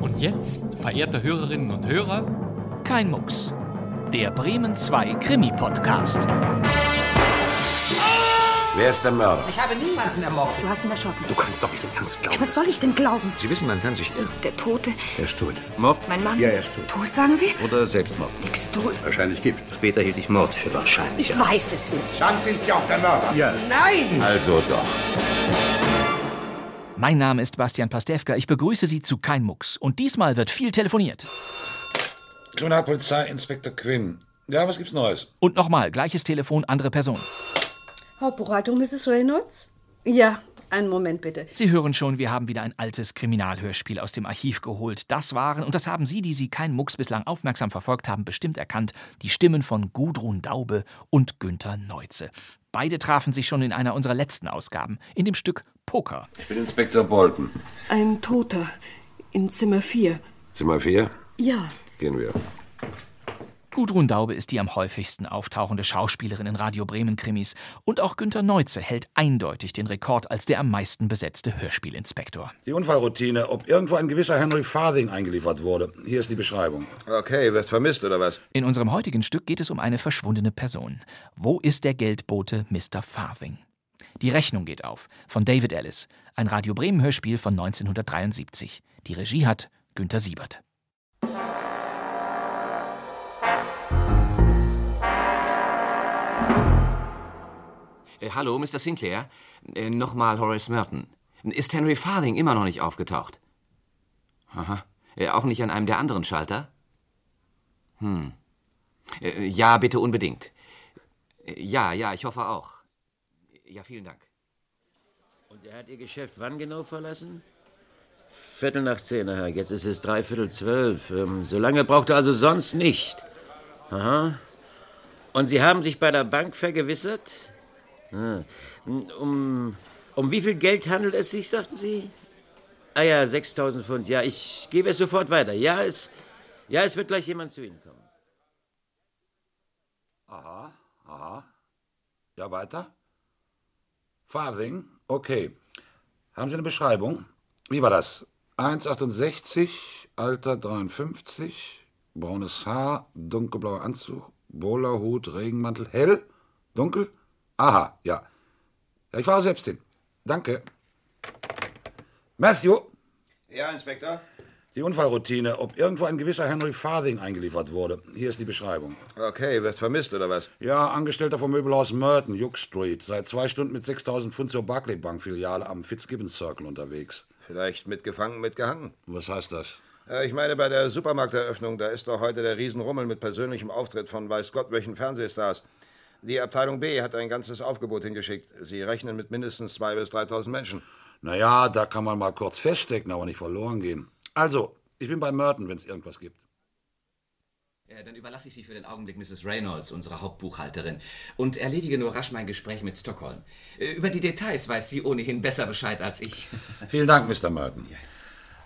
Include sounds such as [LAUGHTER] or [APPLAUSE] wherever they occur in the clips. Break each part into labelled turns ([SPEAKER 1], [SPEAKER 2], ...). [SPEAKER 1] Und jetzt, verehrte Hörerinnen und Hörer,
[SPEAKER 2] Kein Mucks. Der Bremen 2 Krimi-Podcast.
[SPEAKER 3] Wer ist der Mörder?
[SPEAKER 4] Ich habe niemanden ermordet.
[SPEAKER 5] Du hast ihn erschossen.
[SPEAKER 3] Du kannst doch nicht im Ernst glauben.
[SPEAKER 5] Was soll ich denn glauben?
[SPEAKER 3] Sie wissen, man kann sich irren.
[SPEAKER 5] Der Tote,
[SPEAKER 3] Er ist tot.
[SPEAKER 5] mein Mann.
[SPEAKER 6] Ja, er ist tot.
[SPEAKER 5] Tot, sagen Sie?
[SPEAKER 3] Oder Selbstmord.
[SPEAKER 5] Der ist tot.
[SPEAKER 3] Wahrscheinlich Gift. Später hielt ich Mord für wahrscheinlich.
[SPEAKER 5] Ich weiß es nicht.
[SPEAKER 6] Dann sind Sie auch der Mörder. Ja.
[SPEAKER 3] Also doch.
[SPEAKER 2] Mein Name ist Bastian Pastewka. Ich begrüße Sie zu Kein Mucks. Und diesmal wird viel telefoniert.
[SPEAKER 7] Kriminalpolizei, Inspektor Quinn. Ja, was gibt's Neues?
[SPEAKER 2] Und nochmal, gleiches Telefon, andere Person.
[SPEAKER 8] Hauptbuchhaltung, Mrs. Reynolds? Ja, einen Moment bitte.
[SPEAKER 2] Sie hören schon, wir haben wieder ein altes Kriminalhörspiel aus dem Archiv geholt. Das waren, und das haben Sie, die Sie kein Mucks bislang aufmerksam verfolgt haben, bestimmt erkannt, die Stimmen von Gudrun Daube und Günther Neuze. Beide trafen sich schon in einer unserer letzten Ausgaben, in dem Stück Poker.
[SPEAKER 7] Ich bin Inspektor Bolton.
[SPEAKER 8] Ein Toter in Zimmer 4.
[SPEAKER 3] Zimmer 4?
[SPEAKER 8] Ja.
[SPEAKER 3] Gehen wir.
[SPEAKER 2] Gudrun Daube ist die am häufigsten auftauchende Schauspielerin in Radio Bremen Krimis und auch Günther Neuze hält eindeutig den Rekord als der am meisten besetzte Hörspielinspektor.
[SPEAKER 7] Die Unfallroutine, ob irgendwo ein gewisser Henry Farthing eingeliefert wurde. Hier ist die Beschreibung.
[SPEAKER 9] Okay, wird vermisst oder was?
[SPEAKER 2] In unserem heutigen Stück geht es um eine verschwundene Person. Wo ist der Geldbote Mr. Farthing? Die Rechnung geht auf von David Ellis, ein Radio Bremen Hörspiel von 1973. Die Regie hat Günther Siebert.
[SPEAKER 10] Äh, hallo, Mr. Sinclair. Äh, Nochmal Horace Merton. Ist Henry Farthing immer noch nicht aufgetaucht? Aha. Äh, auch nicht an einem der anderen Schalter? Hm. Äh, ja, bitte unbedingt. Äh, ja, ja, ich hoffe auch. Ja, vielen Dank.
[SPEAKER 11] Und er hat Ihr Geschäft wann genau verlassen? Viertel nach zehn, aha. Jetzt ist es dreiviertel zwölf. Ähm, so lange braucht er also sonst nicht. Aha. Und Sie haben sich bei der Bank vergewissert? Hm. Um, um wie viel Geld handelt es sich, sagten Sie? Ah ja, 6000 Pfund. Ja, ich gebe es sofort weiter. Ja, es, ja, es wird gleich jemand zu Ihnen kommen.
[SPEAKER 7] Ja, weiter? Farthing? Okay. Haben Sie eine Beschreibung? Wie war das? 1,68, Alter 53, braunes Haar, dunkelblauer Anzug, Bowlerhut, Regenmantel, hell, dunkel? Aha, ja. ja ich fahre selbst hin. Danke. Matthew,
[SPEAKER 9] Ja, Inspektor.
[SPEAKER 7] Die Unfallroutine, ob irgendwo ein gewisser Henry Farthing eingeliefert wurde. Hier ist die Beschreibung.
[SPEAKER 9] Okay, wird vermisst oder was?
[SPEAKER 7] Ja, Angestellter vom Möbelhaus Merton, Duke Street. Seit zwei Stunden mit 6000 Pfund zur Barclay Bank Filiale am Fitzgibbons Circle unterwegs.
[SPEAKER 9] Vielleicht mitgefangen, mitgehangen.
[SPEAKER 7] Was heißt das?
[SPEAKER 9] Äh, ich meine, bei der Supermarkteröffnung, da ist doch heute der Riesenrummel mit persönlichem Auftritt von weiß Gott welchen Fernsehstars. Die Abteilung B hat ein ganzes Aufgebot hingeschickt. Sie rechnen mit mindestens 2.000 bis 3.000 Menschen.
[SPEAKER 7] Naja, da kann man mal kurz feststecken, aber nicht verloren gehen. Also, ich bin bei Merton, wenn es irgendwas gibt.
[SPEAKER 10] Äh, Dann überlasse ich Sie für den Augenblick Mrs. Reynolds, unserer Hauptbuchhalterin, und erledige nur rasch mein Gespräch mit Stockholm. Äh, Über die Details weiß sie ohnehin besser Bescheid als ich.
[SPEAKER 7] Vielen Dank, Mr. Merton.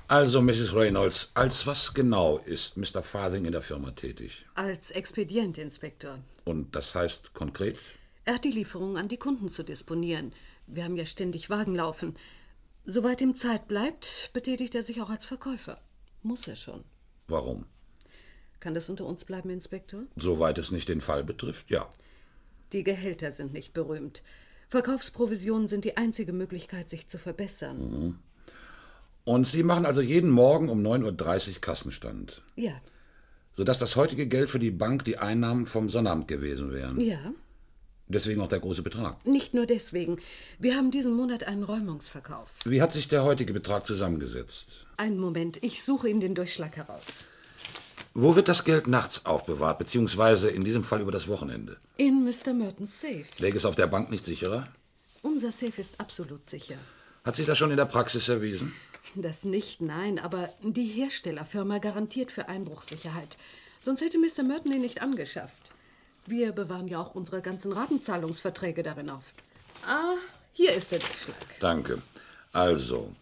[SPEAKER 7] Also, Mrs. Reynolds, als was genau ist Mr. Farthing in der Firma tätig?
[SPEAKER 8] Als Expedientinspektor.
[SPEAKER 7] Und das heißt konkret?
[SPEAKER 8] Er hat die Lieferungen an die Kunden zu disponieren. Wir haben ja ständig Wagen laufen. Soweit ihm Zeit bleibt, betätigt er sich auch als Verkäufer. Muss er schon.
[SPEAKER 7] Warum?
[SPEAKER 8] Kann das unter uns bleiben, Inspektor?
[SPEAKER 7] Soweit es nicht den Fall betrifft, ja.
[SPEAKER 8] Die Gehälter sind nicht berühmt. Verkaufsprovisionen sind die einzige Möglichkeit, sich zu verbessern.
[SPEAKER 7] Mhm. Und Sie machen also jeden Morgen um 9.30 Uhr Kassenstand,
[SPEAKER 8] Ja,
[SPEAKER 7] sodass das heutige Geld für die Bank die Einnahmen vom Sonnabend gewesen wären.
[SPEAKER 8] ja.
[SPEAKER 7] Deswegen auch der große Betrag.
[SPEAKER 8] Nicht nur deswegen. Wir haben diesen Monat einen Räumungsverkauf.
[SPEAKER 7] Wie hat sich der heutige Betrag zusammengesetzt?
[SPEAKER 8] Einen Moment, ich suche Ihnen den Durchschlag heraus.
[SPEAKER 7] Wo wird das Geld nachts aufbewahrt, beziehungsweise in diesem Fall über das Wochenende?
[SPEAKER 8] In Mr. Mertons Safe.
[SPEAKER 7] Läge es auf der Bank nicht sicherer?
[SPEAKER 8] Unser Safe ist absolut sicher.
[SPEAKER 7] Hat sich das schon in der Praxis erwiesen?
[SPEAKER 8] Das nicht, nein, aber die Herstellerfirma garantiert für Einbruchssicherheit. Sonst hätte Mr. Merton ihn nicht angeschafft. Wir bewahren ja auch unsere ganzen Ratenzahlungsverträge darin auf. Ah, hier ist der Durchschlag.
[SPEAKER 7] Danke. Also,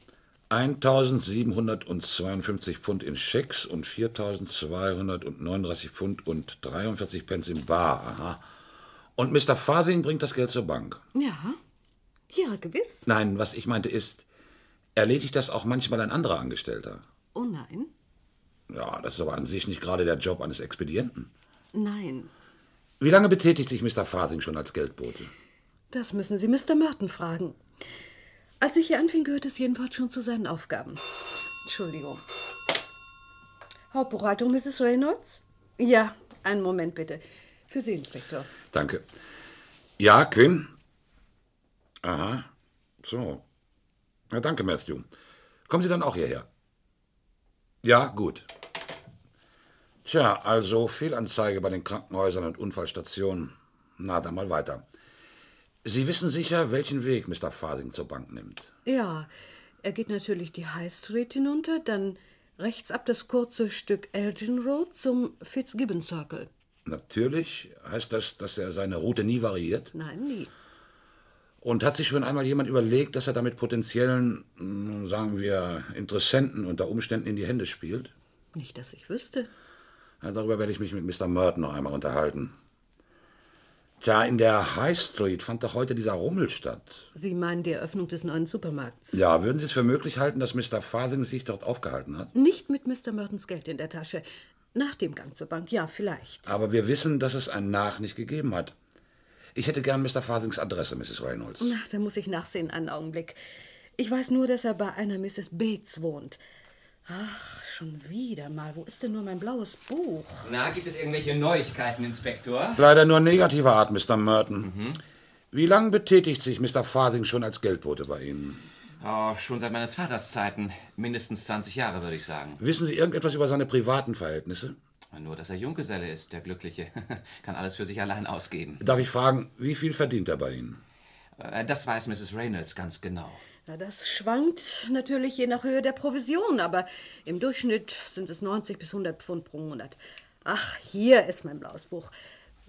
[SPEAKER 7] 1752 Pfund in Schecks und 4239 Pfund und 43 Pence in Bar. Aha. Und Mr. Fasing bringt das Geld zur Bank.
[SPEAKER 8] Ja, ja, gewiss.
[SPEAKER 7] Nein, was ich meinte ist, erledigt das auch manchmal ein anderer Angestellter?
[SPEAKER 8] Oh nein,
[SPEAKER 7] Ja, das ist aber an sich nicht gerade der Job eines Expedienten.
[SPEAKER 8] Nein,
[SPEAKER 7] Wie lange betätigt sich Mr. Fasing schon als Geldbote?
[SPEAKER 8] das müssen Sie Mr. Merton fragen. Als ich hier anfing, gehörte es jedenfalls schon zu seinen Aufgaben. Entschuldigung. Hauptbuchhaltung, Mrs. Reynolds? Ja, einen Moment bitte. Für Sie, Inspektor.
[SPEAKER 7] Danke. Ja, Quinn? Aha. So. Na, danke, Matthew. Kommen Sie dann auch hierher. Ja, gut. Tja, also Fehlanzeige bei den Krankenhäusern und Unfallstationen. Na, dann mal weiter. Sie wissen sicher, welchen Weg Mr. Fasing zur Bank nimmt.
[SPEAKER 8] Ja, er geht natürlich die High Street hinunter, dann rechts ab das kurze Stück Elgin Road zum Fitzgibbon Circle.
[SPEAKER 7] Natürlich heißt das, dass er seine Route nie variiert.
[SPEAKER 8] Nein, nie.
[SPEAKER 7] Und hat sich schon einmal jemand überlegt, dass er damit potenziellen, mh, sagen wir, Interessenten unter Umständen in die Hände spielt?
[SPEAKER 8] Nicht, dass ich wüsste.
[SPEAKER 7] Ja, darüber werde ich mich mit Mr. Merton noch einmal unterhalten. Tja, in der High Street fand doch heute dieser Rummel statt.
[SPEAKER 8] Sie meinen die Eröffnung des neuen Supermarkts.
[SPEAKER 7] Ja, würden Sie es für möglich halten, dass Mr. Fasing sich dort aufgehalten hat?
[SPEAKER 8] Nicht mit Mr. Mertons Geld in der Tasche. Nach dem Gang zur Bank, ja, vielleicht.
[SPEAKER 7] Aber wir wissen, dass es ein Nach nicht gegeben hat. Ich hätte gern Mr. Fasings Adresse, Mrs. Reynolds.
[SPEAKER 8] Na, da muss ich nachsehen, einen Augenblick. Ich weiß nur, dass er bei einer Mrs. Bates wohnt. Ach, schon wieder mal. Wo ist denn nur mein blaues Buch?
[SPEAKER 10] Na, gibt es irgendwelche Neuigkeiten, Inspektor?
[SPEAKER 7] Leider nur negativer Art, Mr. Merton. Wie lange betätigt sich Mr. Fasing schon als Geldbote bei Ihnen?
[SPEAKER 10] Oh, schon seit meines Vaters Zeiten. Mindestens 20 Jahre, würde ich sagen.
[SPEAKER 7] Wissen Sie irgendetwas über seine privaten Verhältnisse?
[SPEAKER 10] Nur, dass er Junggeselle ist, der Glückliche. [LAUGHS] Kann alles für sich allein ausgeben.
[SPEAKER 7] Darf ich fragen, wie viel verdient er bei Ihnen?
[SPEAKER 10] Äh, Das weiß Mrs. Reynolds ganz genau.
[SPEAKER 8] Na, das schwankt natürlich je nach Höhe der Provision, aber im Durchschnitt sind es 90 bis 100 Pfund pro Monat. Ach, hier ist mein blaues Buch.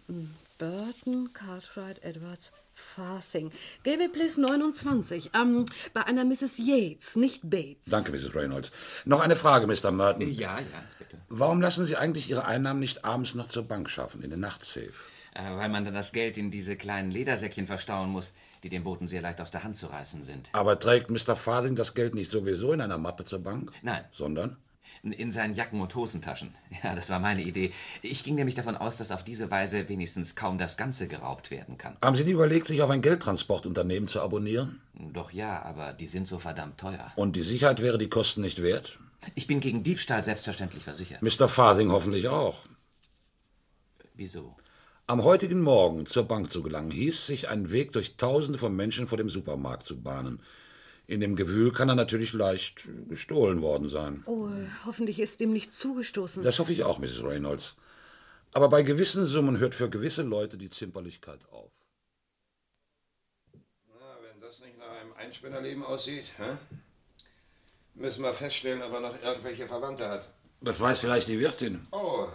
[SPEAKER 8] Hm, Burton, Cartwright, Edwards, Farsing. Gaby Place 29, ähm, bei einer Mrs. Yates, nicht Bates.
[SPEAKER 7] Danke, Mrs. Reynolds. Noch eine Frage, Mr. Merton.
[SPEAKER 10] Ja, ja, Inspektor.
[SPEAKER 7] Warum lassen Sie eigentlich Ihre Einnahmen nicht abends noch zur Bank schaffen, in den Nachtsafe?
[SPEAKER 10] Äh, Weil man dann das Geld in diese kleinen Ledersäckchen verstauen muss, die dem Boten sehr leicht aus der Hand zu reißen sind.
[SPEAKER 7] Aber trägt Mr. Fasing das Geld nicht sowieso in einer Mappe zur Bank?
[SPEAKER 10] Nein.
[SPEAKER 7] Sondern?
[SPEAKER 10] In- In seinen Jacken- und Hosentaschen. [LAUGHS] Ja, das war meine Idee. Ich ging nämlich davon aus, dass auf diese Weise wenigstens kaum das Ganze geraubt werden kann.
[SPEAKER 7] Haben Sie nie überlegt, sich auf ein Geldtransportunternehmen zu abonnieren?
[SPEAKER 10] Doch ja, aber die sind so verdammt teuer.
[SPEAKER 7] Und die Sicherheit wäre die Kosten nicht wert?
[SPEAKER 10] Ich bin gegen Diebstahl selbstverständlich versichert.
[SPEAKER 7] Mr. Fasing hoffentlich auch.
[SPEAKER 10] Wieso?
[SPEAKER 7] Am heutigen Morgen zur Bank zu gelangen, hieß sich ein Weg durch Tausende von Menschen vor dem Supermarkt zu bahnen. In dem Gewühl kann er natürlich leicht gestohlen worden sein.
[SPEAKER 8] Oh, hoffentlich ist ihm nicht zugestoßen.
[SPEAKER 7] Das hoffe ich auch, Mrs. Reynolds. Aber bei gewissen Summen hört für gewisse Leute die Zimperlichkeit auf.
[SPEAKER 9] Na, wenn das nicht nach einem Einspinnerleben aussieht, hä? müssen wir feststellen, ob er noch irgendwelche Verwandte hat.
[SPEAKER 7] Das weiß vielleicht die Wirtin.
[SPEAKER 9] Oh,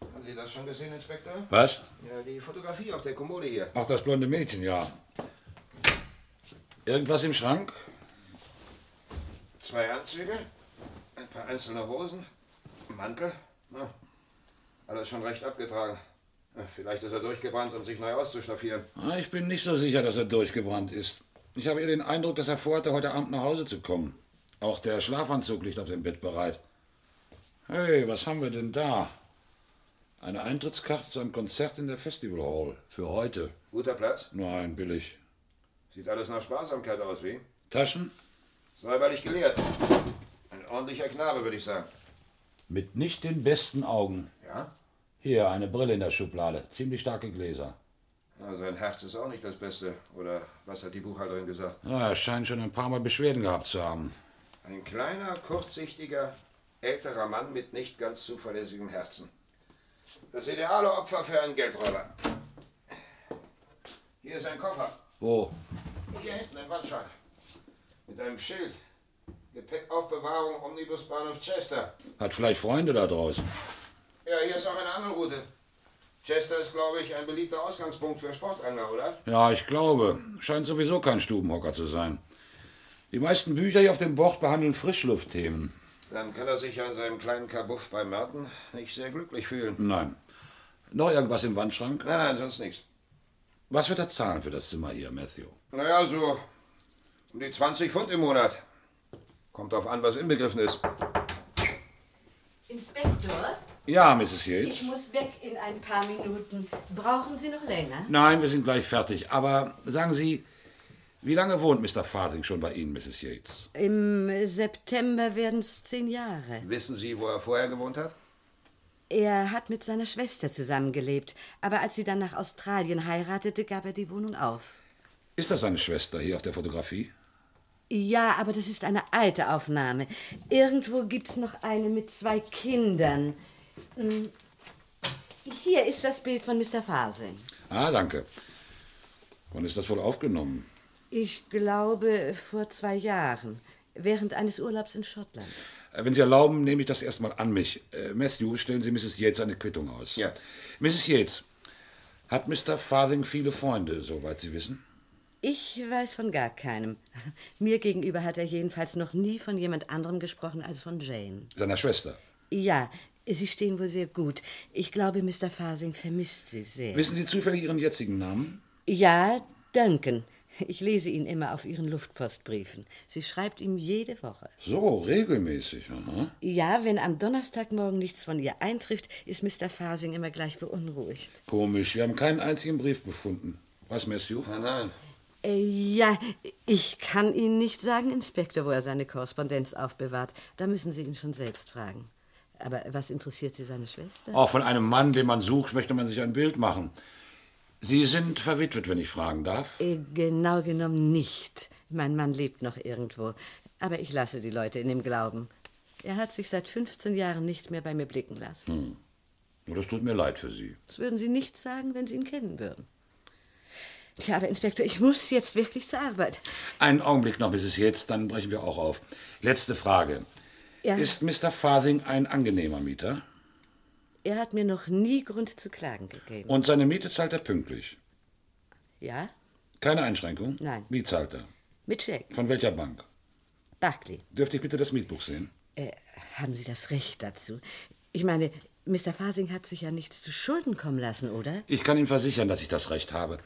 [SPEAKER 9] haben Sie das schon gesehen, Inspektor?
[SPEAKER 7] Was?
[SPEAKER 9] Ja, die Fotografie auf der Kommode hier.
[SPEAKER 7] Ach, das blonde Mädchen, ja. Irgendwas im Schrank?
[SPEAKER 9] Zwei Anzüge, ein paar einzelne Hosen, ein Mantel. Na, alles schon recht abgetragen. Na, Vielleicht ist er durchgebrannt, um sich neu auszustaffieren.
[SPEAKER 7] Ah, Ich bin nicht so sicher, dass er durchgebrannt ist. Ich habe eher den Eindruck, dass er vorhatte, heute Abend nach Hause zu kommen. Auch der Schlafanzug liegt auf dem Bett bereit. Hey, was haben wir denn da? Eine Eintrittskarte zu einem Konzert in der Festival Hall. Für heute.
[SPEAKER 9] Guter Platz.
[SPEAKER 7] Nein, billig.
[SPEAKER 9] Sieht alles nach Sparsamkeit aus, wie?
[SPEAKER 7] Taschen?
[SPEAKER 9] Säuberlich geleert. Ein ordentlicher Knabe, würde ich sagen.
[SPEAKER 7] Mit nicht den besten Augen.
[SPEAKER 9] Ja?
[SPEAKER 7] Hier, eine Brille in der Schublade. Ziemlich starke Gläser.
[SPEAKER 9] Na, sein Also Herz ist auch nicht das Beste. Oder was hat die Buchhalterin gesagt?
[SPEAKER 7] Ah, er scheint schon ein paar Mal Beschwerden gehabt zu haben.
[SPEAKER 9] Ein kleiner, kurzsichtiger, älterer Mann mit nicht ganz zuverlässigem Herzen. Das ideale Opfer für einen Geldräuber. Hier ist ein Koffer.
[SPEAKER 7] Wo?
[SPEAKER 9] Hier hinten ein Wandschrank. Mit einem Schild. Gepäckaufbewahrung Omnibusbahnhof Chester.
[SPEAKER 7] Hat vielleicht Freunde da draußen.
[SPEAKER 9] Ja, hier ist auch eine andere Route. Chester ist, glaube ich, ein beliebter Ausgangspunkt für Sportangler, oder?
[SPEAKER 7] Ja, ich glaube. Scheint sowieso kein Stubenhocker zu sein. Die meisten Bücher hier auf dem Board behandeln Frischluftthemen.
[SPEAKER 9] Dann kann er sich an seinem kleinen Kabuff bei Merten nicht sehr glücklich fühlen.
[SPEAKER 7] Nein. Noch irgendwas im Wandschrank?
[SPEAKER 9] Nein, nein, sonst nichts.
[SPEAKER 7] Was wird er zahlen für das Zimmer hier, Matthew?
[SPEAKER 9] Naja, so um die 20 Pfund im Monat. Kommt drauf an, was inbegriffen ist.
[SPEAKER 4] Inspektor,
[SPEAKER 7] Ja, Mrs.
[SPEAKER 4] ich
[SPEAKER 7] Yates.
[SPEAKER 4] muss weg in ein paar Minuten. Brauchen Sie noch länger?
[SPEAKER 7] Nein, wir sind gleich fertig. Aber sagen Sie, wie lange wohnt Mr. Farthing schon bei Ihnen, Mrs. Yates?
[SPEAKER 4] Im September werden es zehn Jahre.
[SPEAKER 9] Wissen Sie, wo er vorher gewohnt hat?
[SPEAKER 4] Er hat mit seiner Schwester zusammengelebt, aber als sie dann nach Australien heiratete, gab er die Wohnung auf.
[SPEAKER 7] Ist das seine Schwester hier auf der Fotografie?
[SPEAKER 4] Ja, aber das ist eine alte Aufnahme. Irgendwo gibt's noch eine mit zwei Kindern. Hm. Hier ist das Bild von Mr. Fasing.
[SPEAKER 7] Ah, danke. Wann ist das wohl aufgenommen?
[SPEAKER 4] Ich glaube, vor zwei Jahren, während eines Urlaubs in Schottland.
[SPEAKER 7] Äh, Wenn Sie erlauben, nehme ich das erstmal an mich. Äh, Matthew, stellen Sie Mrs. Yates eine Quittung aus.
[SPEAKER 9] Ja.
[SPEAKER 7] Mrs. Yates, hat Mr. Farthing viele Freunde, soweit Sie wissen?
[SPEAKER 4] Ich weiß von gar keinem. [LAUGHS] Mir gegenüber hat er jedenfalls noch nie von jemand anderem gesprochen als von Jane.
[SPEAKER 7] Seiner Schwester.
[SPEAKER 4] Ja, sie stehen wohl sehr gut. Ich glaube, Mr. Fasing vermisst sie sehr.
[SPEAKER 7] Wissen Sie zufällig Ihren jetzigen Namen?
[SPEAKER 4] Ja, Duncan. Ich lese ihn immer auf Ihren Luftpostbriefen. Sie schreibt ihm jede Woche.
[SPEAKER 7] So, regelmäßig. Aha.
[SPEAKER 4] Ja, wenn am Donnerstagmorgen nichts von ihr eintrifft, ist Mr. Fasing immer gleich beunruhigt.
[SPEAKER 7] Komisch, wir haben keinen einzigen Brief gefunden. Was, Matthew?
[SPEAKER 9] Nein, nein.
[SPEAKER 4] Äh, ja, ich kann Ihnen nicht sagen, Inspektor, wo er seine Korrespondenz aufbewahrt. Da müssen Sie ihn schon selbst fragen. Aber was interessiert Sie seine Schwester?
[SPEAKER 7] Auch von einem Mann, den man sucht, möchte man sich ein Bild machen. Sie sind verwitwet, wenn ich fragen darf.
[SPEAKER 4] Äh, Genau genommen nicht. Mein Mann lebt noch irgendwo. Aber ich lasse die Leute in dem Glauben. Er hat sich seit 15 Jahren nicht mehr bei mir blicken lassen.
[SPEAKER 7] Hm. Das tut mir leid für Sie.
[SPEAKER 4] Das würden Sie nicht sagen, wenn Sie ihn kennen würden. Tja, aber Inspektor, ich muss jetzt wirklich zur Arbeit.
[SPEAKER 7] Einen Augenblick noch, Mrs. Yates, dann brechen wir auch auf. Letzte Frage.
[SPEAKER 4] Ja.
[SPEAKER 7] Ist Mr. Fasing ein angenehmer Mieter?
[SPEAKER 4] Er hat mir noch nie Grund zu klagen gegeben.
[SPEAKER 7] Und seine Miete zahlt er pünktlich.
[SPEAKER 4] Ja?
[SPEAKER 7] Keine Einschränkung?
[SPEAKER 4] Nein.
[SPEAKER 7] Wie zahlt er?
[SPEAKER 4] Mit Scheck.
[SPEAKER 7] Von welcher Bank?
[SPEAKER 4] Barclay.
[SPEAKER 7] Dürfte ich bitte das Mietbuch sehen?
[SPEAKER 4] Äh, haben Sie das Recht dazu? Ich meine, Mr. Fasing hat sich ja nichts zu Schulden kommen lassen, oder?
[SPEAKER 7] Ich kann Ihnen versichern, dass ich das Recht habe.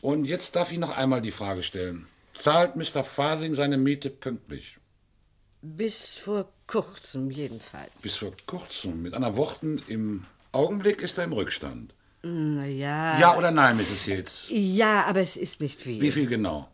[SPEAKER 7] Und jetzt darf ich noch einmal die Frage stellen. Zahlt Mr. Fasing seine Miete pünktlich?
[SPEAKER 4] Bis vor kurzem jedenfalls.
[SPEAKER 7] Bis vor kurzem. Mit anderen Worten, im Augenblick ist er im Rückstand.
[SPEAKER 4] Na ja.
[SPEAKER 7] Ja oder nein, Mrs. Yates?
[SPEAKER 4] Ja, aber es ist nicht viel.
[SPEAKER 7] Wie viel genau?